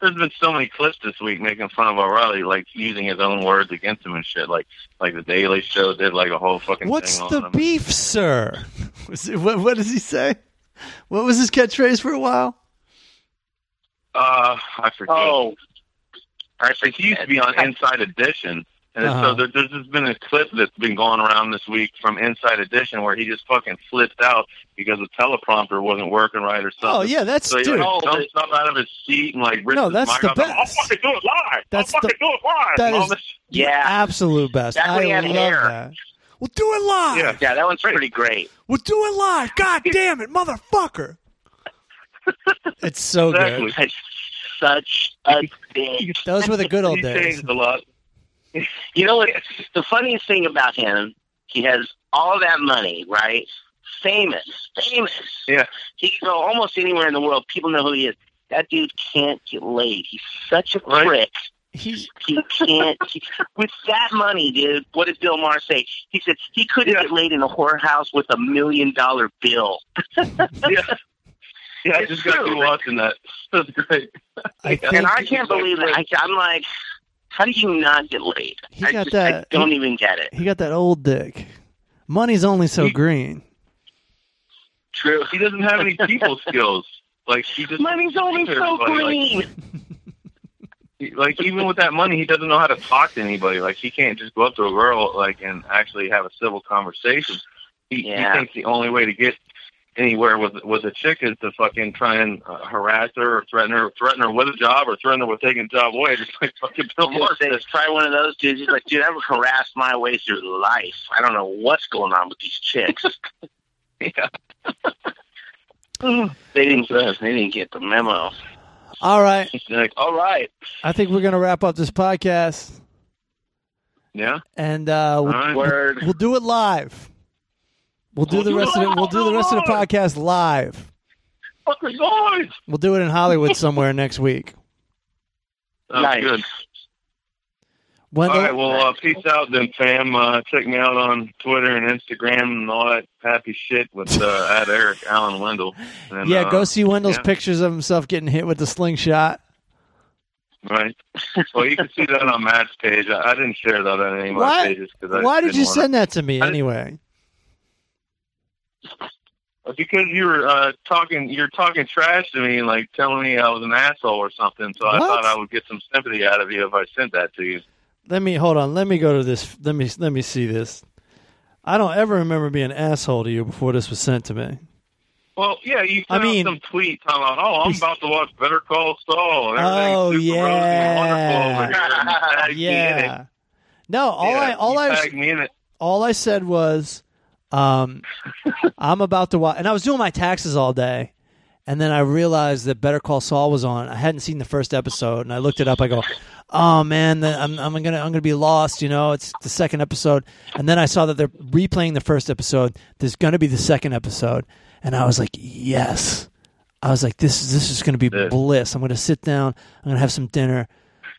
S4: there's been so many clips this week making fun of O'Reilly, like using his own words against him and shit. Like, like the Daily Show did like a whole fucking
S2: What's
S4: thing
S2: the
S4: on him.
S2: beef, sir? Was it, what, what does he say? What was his catchphrase for a while?
S4: uh, I forget.
S3: Oh,
S4: I forget. He used to be on Inside Edition. And
S2: Uh-huh.
S4: so there, there's just been a clip that's been going around this week from Inside Edition where he just fucking flipped out because the teleprompter wasn't working right or something.
S2: Oh yeah, that's
S4: So he
S2: dude.
S4: like,
S3: Oh,
S4: jumps up out of his seat and like rips
S2: No,
S4: his
S2: that's
S4: mic
S2: the
S4: off. Like,
S2: best.
S4: I'll fucking do it live.
S2: That's
S4: I'll fucking
S2: the-
S4: do it live.
S2: that
S4: and all
S2: is-
S4: this
S3: yeah,
S2: Absolute best.
S3: Back when
S2: I
S3: he had
S2: love
S3: hair.
S2: that. We'll do it live.
S4: Yeah.
S3: yeah, that one's pretty great.
S2: We'll do it live. God damn it, motherfucker. it's so
S4: Exactly.
S2: good.
S3: That's such a bitch.
S2: Those were the good old
S4: he
S2: days.
S4: changed a lot.
S3: You know what? The funniest thing about him, he has all that money, right? Famous, famous.
S4: Yeah.
S3: He can go almost anywhere in the world. People know who he is. That dude can't get laid. He's such a
S4: Right.
S3: prick.
S2: He,
S3: He can't. he- with that money, dude, what did Bill Maher say? He said he couldn't
S4: Yeah.
S3: get laid in a whorehouse with a million dollar bill.
S4: Yeah. Yeah, I
S3: It's
S4: just got
S3: true.
S4: through watching that. That's great.
S2: I think
S3: and I can't
S4: Exactly.
S3: believe it. I, I'm like, how do you not get laid?
S2: He
S3: I,
S2: got
S3: just, I
S2: that-
S3: don't e- even get it.
S2: he got that old dick. Money's only so
S4: He-
S2: green.
S3: True.
S4: He doesn't have any people skills. Like he just
S3: Money's only so
S4: Everybody, like-
S3: green.
S4: like even with that money, he doesn't know how to talk to anybody. Like he can't just go up to a girl like and actually have a civil conversation. He,
S3: Yeah.
S4: he thinks the only way to get anywhere with with a chick is to fucking try and uh, harass her or threaten her, threaten her with a job or threaten her with taking a job away. Just like fucking Bill Maher
S3: Just say,
S4: said.
S3: it's probably one of those dudes. He's like, dude, I've harassed my way through life. I don't know what's going on with these chicks.
S4: Yeah.
S3: they didn't get us. They didn't get the memo.
S2: All right.
S4: Like,
S3: All right.
S2: I think we're going to wrap up this podcast
S4: yeah.
S2: and uh,
S4: All
S2: we'll,
S4: right.
S3: Word.
S2: we'll do it live. We'll do
S4: We'll
S2: the
S4: do
S2: rest
S4: it
S2: of it. We'll do the rest of the
S4: live.
S2: podcast live.
S4: Fucking guys.
S2: We'll do it in Hollywood somewhere next week.
S4: Sounds
S3: Nice.
S4: good.
S2: Wendell,
S4: all right, well, uh, peace out then, fam. Uh, check me out on Twitter and Instagram and all that happy shit with uh, at Eric Allen Wendell. And,
S2: yeah,
S4: uh,
S2: go see Wendell's
S4: yeah.
S2: pictures of himself getting hit with the slingshot.
S4: Right. Well, you can see that on Matt's page. I, I didn't share that on any of
S2: Why-
S4: my pages because
S2: Why did you
S4: send?
S2: send that to me
S4: I-
S2: anyway?
S4: Oh, Because you were uh, talking, you're talking trash to me, like telling me I was an asshole or something. So I
S2: What?
S4: thought I would get some sympathy out of you if I sent that to you.
S2: Let me hold on. Let me go to this. Let me let me see this. I don't ever remember being an asshole to you before this was sent to me.
S4: Well, yeah, you sent
S2: I mean-
S4: out some tweet talking about, oh, I'm about to watch Better Call Saul. and everything's
S2: Oh,
S4: super rosy and wonderful over here, and you tagged me in it.
S2: Yeah. No, all
S4: Yeah,
S2: I all
S4: you
S2: I
S4: tagged me in it.
S2: all I said was, um, I'm about to watch, and I was doing my taxes all day, and then I realized that Better Call Saul was on. I hadn't seen the first episode, and I looked it up. I go, oh man, the, I'm, I'm gonna I'm gonna be lost. You know, it's the second episode, and then I saw that they're replaying the first episode. There's gonna be the second episode, and I was like, yes. I was like, this is this is gonna be
S4: Yeah.
S2: bliss. I'm gonna sit down. I'm gonna have some dinner.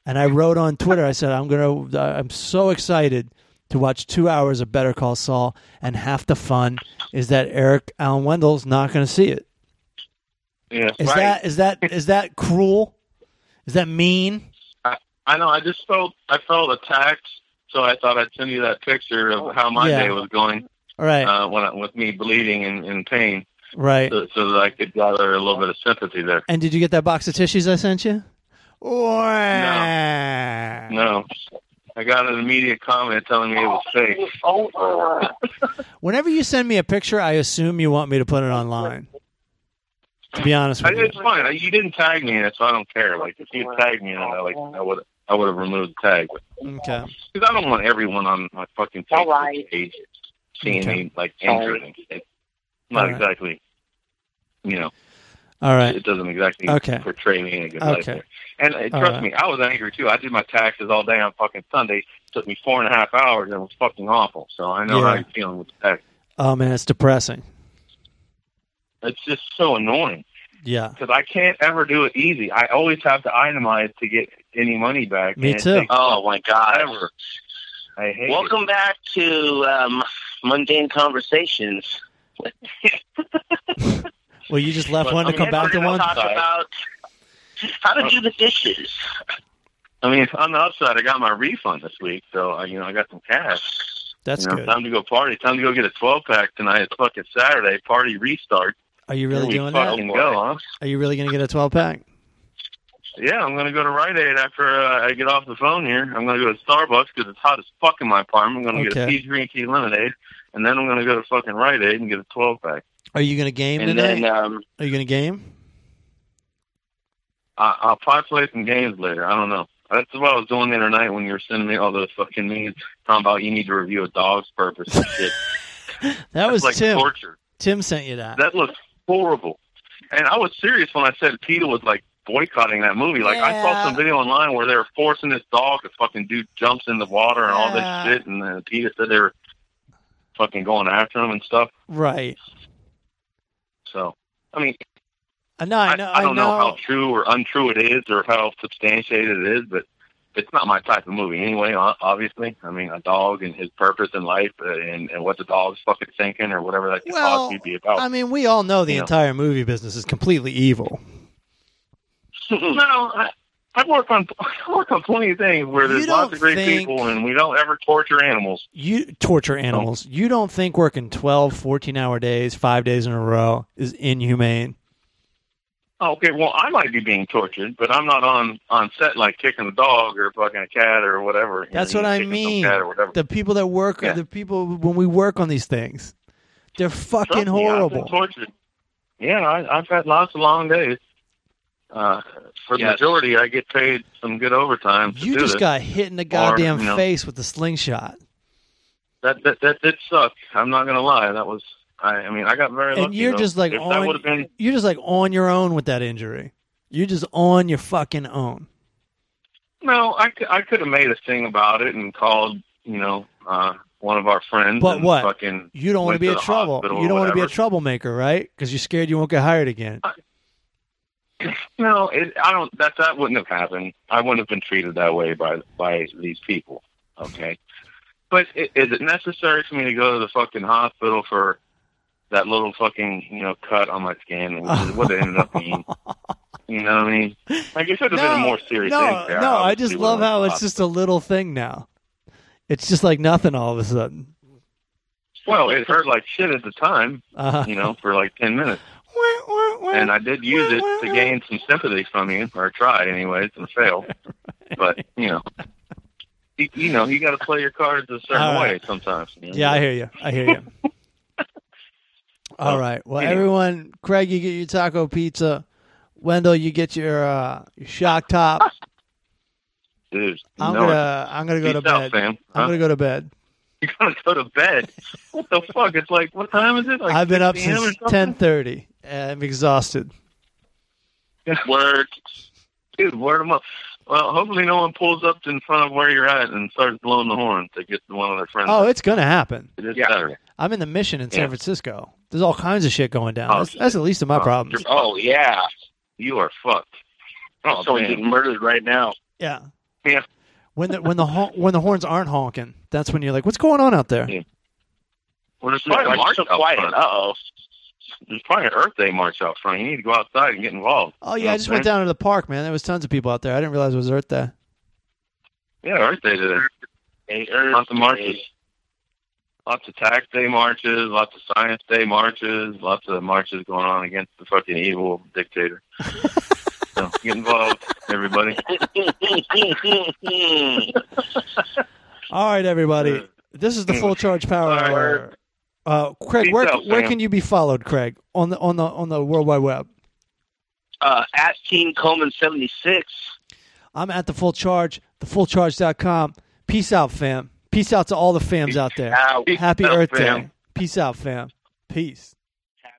S2: And I wrote on Twitter, I said, I'm going to, I'm so excited to watch two hours of Better Call Saul. And half the fun is that Eric Allen Wendell's not going to see it.
S4: Yeah.
S2: Is
S4: right.
S2: that, is that, is that cruel? Is that mean?
S4: I know. I just felt I felt attacked, so I thought I'd send you that picture of how my
S2: Yeah.
S4: day was going
S2: All right.
S4: uh, when I, with me bleeding and in pain,
S2: right.
S4: so, so that I could gather a little bit of sympathy there.
S2: And did you get that box of tissues I sent you? No.
S4: No, I got an immediate comment telling me it was fake.
S3: Over. uh,
S2: Whenever you send me a picture, I assume you want me to put it online. To be honest
S4: I,
S2: with you,
S4: it's fine. I- You didn't tag me in it, so I don't care. Like if you tagged me in it, I like I would I would have removed the tag
S2: okay.
S4: because I don't want everyone on my fucking
S3: All
S4: Facebook
S3: right.
S4: page seeing
S2: Okay.
S4: me like
S3: All
S4: injured and shit. Not
S2: All right.
S4: exactly. You know,
S2: All right.
S4: it doesn't exactly
S2: Okay.
S4: portray me in a good light.
S2: Okay.
S4: there. And uh,
S2: All
S4: trust
S2: right.
S4: me, I was angry too. I did my taxes all day on fucking Sunday. Took me four and a half hours and it was fucking awful. So I know how
S2: Yeah.
S4: you're feeling with the tax.
S2: Oh man, it's depressing.
S4: It's just so annoying.
S2: Yeah.
S4: because I can't ever do it easy. I always have to itemize to get any money back.
S2: Me
S4: and it
S2: too.
S4: takes
S3: Oh my God.
S4: Forever. I hate
S3: Welcome back to um, mundane conversations.
S2: Well, you just left one to
S4: I mean,
S2: come
S4: it's
S2: back
S3: Um, We're
S2: to one.
S3: gonna Talk about how to do the dishes.
S4: It. I mean, on the upside, I got my refund this week, so uh, you know I got some cash.
S2: That's
S4: you know,
S2: good.
S4: Time to go party. Time to go get a twelve pack tonight. It's fucking Saturday. Party restart.
S2: Are you really
S4: Here we
S2: doing that?
S4: fucking
S3: Oh,
S4: go, huh?
S2: Are you really gonna get a twelve pack?
S4: Yeah, I'm gonna go to Rite Aid after uh, I get off the phone here. I'm gonna go to Starbucks because it's hot as fuck in my apartment. I'm gonna get a
S2: Okay.
S4: peach green tea lemonade, and then I'm gonna go to fucking Rite Aid and get a twelve pack.
S2: Are you gonna game
S3: And
S2: tonight?
S4: uh,
S3: then um,
S2: Are you gonna game?
S4: I, I'll probably play some games later. I don't know. That's what I was doing the other night when you were sending me all those fucking memes talking about you need to review a dog's purpose and shit.
S2: That was
S4: That's like
S2: Tim.
S4: torture.
S2: Tim sent you that.
S4: That looks horrible. And I was serious when I said Peter was like boycotting that movie. Like I saw
S2: Yeah.
S4: some video online where they were forcing this dog to fucking do jumps in the water and all
S2: Yeah.
S4: this shit, and then Peter said they were fucking going after him and stuff.
S2: Right.
S4: So. I mean,
S2: I know. I
S4: I,
S2: know.
S4: I don't know how true or untrue it is, or how substantiated it is, but it's not my type of movie anyway. o- Obviously, I mean, a dog and his purpose in life, uh, and, and what the dog's fucking thinking, or whatever that could
S2: Well,
S4: possibly be about.
S2: I mean, we all know the
S4: Yeah.
S2: entire movie business is completely evil.
S4: no, I, I work on I work on plenty of things where
S2: You
S4: there's lots of
S2: don't
S4: great
S2: think-
S4: people, and we don't ever torture animals.
S2: You torture animals. You don't think working 12, 14 hour days, five days in a row is inhumane?
S4: Okay, well, I might be being tortured, but I'm not on on set like kicking a dog or fucking a cat or whatever. you
S2: That's
S4: know,
S2: what I
S4: kicking some
S2: mean.
S4: Cat or whatever.
S2: The people that work,
S4: Yeah.
S2: the people when we work on these things, they're fucking
S4: Trust me, I've been
S2: horrible.
S4: tortured. Yeah, I, I've had lots of long days. Uh, for the
S3: Yes.
S4: majority, I get paid some good overtime. To
S2: You
S4: do
S2: just
S4: this.
S2: got hit in the goddamn
S4: you know-
S2: face with the slingshot,
S4: that that that did suck. I'm not gonna lie. That was I. I mean, I got very
S2: and
S4: lucky.
S2: you're
S4: though.
S2: just like
S4: if that
S2: on.
S4: would have been
S2: You're just like on your own with that injury. You're just on your fucking own.
S4: no, I, cou- I could have made a thing about it and called you know uh, one of our friends.
S2: But
S4: and
S2: what?
S4: Fucking
S2: You don't want to
S4: Went
S2: be
S4: to
S2: a
S4: the
S2: trouble.
S4: hospital
S2: You don't
S4: or
S2: want to be a
S4: whatever.
S2: troublemaker, right? Because you're scared you won't get hired again.
S4: no, it, I don't. That that wouldn't have happened. I wouldn't have been treated that way by by these people. Okay, but i- is it necessary for me to go to the fucking hospital for that little fucking you know cut on my skin? Which is what it ended up being. You know what I mean? Like it should have been a more serious
S2: no,
S4: thing.
S2: no, I just love how it's just a little thing now. It's just like nothing all of a sudden.
S4: well, it hurt like shit at the time.
S2: Uh,
S4: You know, for like ten minutes. Mm. and I did use it to gain some sympathy from you, or try anyways, and fail. But you know, you, you know, you got to play your cards a certain
S2: All
S4: way
S2: right.
S4: sometimes. You know?
S2: yeah, I hear you. I hear you.
S4: Oh,
S2: all right. Well,
S4: anyway.
S2: everyone, Craig, you get your taco pizza. Wendell, you get your uh, your shock top.
S4: dude,
S2: I'm
S4: no,
S2: gonna I'm gonna go to
S4: peace
S2: bed.
S4: out, fam.
S2: I'm
S4: Huh?
S2: gonna go to bed.
S4: You gotta go to bed. what the fuck? It's like what time is it? Like
S2: I've been
S4: 6
S2: up
S4: p.m. or
S2: since
S4: something?
S2: ten thirty. I'm exhausted.
S4: Word, dude, word 'em up. Well, hopefully no one pulls up in front of where you're at and starts blowing the horn to get one of their friends.
S2: Oh, it's gonna happen.
S4: it is
S3: yeah.
S4: Saturday.
S2: I'm in the mission in San
S4: Uh-huh. Yeah.
S2: Francisco. There's all kinds of shit going down.
S4: Oh,
S2: that's, that's the least of my
S4: oh,
S2: problems.
S4: you're-
S3: Oh yeah.
S4: You are fucked. Oh,
S3: Someone
S4: man.
S3: getting murdered right now.
S2: Yeah.
S4: Yeah.
S2: When the when the hon- when the horns aren't honking, that's when you're like, what's going on out there?
S4: Yeah. Well, there's probably a
S3: Why
S4: march
S3: so
S4: out
S3: quiet?
S4: front.
S3: Uh oh.
S4: there's probably an Earth Day march out front. You need to go outside and get involved.
S2: Oh
S4: You
S2: yeah,
S4: know
S2: I just
S4: what
S2: went
S4: I'm
S2: down to the park, man. There was tons of people out there. I didn't realize it was Earth Day.
S4: saying? Yeah, Earth Day today. Lots of marches. Lots of tax day marches, lots of science day marches, lots of marches going on against the fucking evil dictator. so get involved, everybody.
S2: All right, everybody.
S4: Uh,
S2: This is the
S4: anyway.
S2: full charge power
S4: All right.
S2: hour. Uh, Craig,
S4: Peace
S2: where
S4: out,
S2: where
S4: fam.
S2: can you be followed, Craig, on the on the on the World Wide Web?
S3: uh, at King Coleman seventy six.
S2: I'm at the full charge, thefullcharge.com. Peace out, fam. Peace out to all the fams out there.
S4: out. Peace
S2: Happy
S4: out,
S2: Earth
S4: fam.
S2: Day. Peace out, fam. Peace.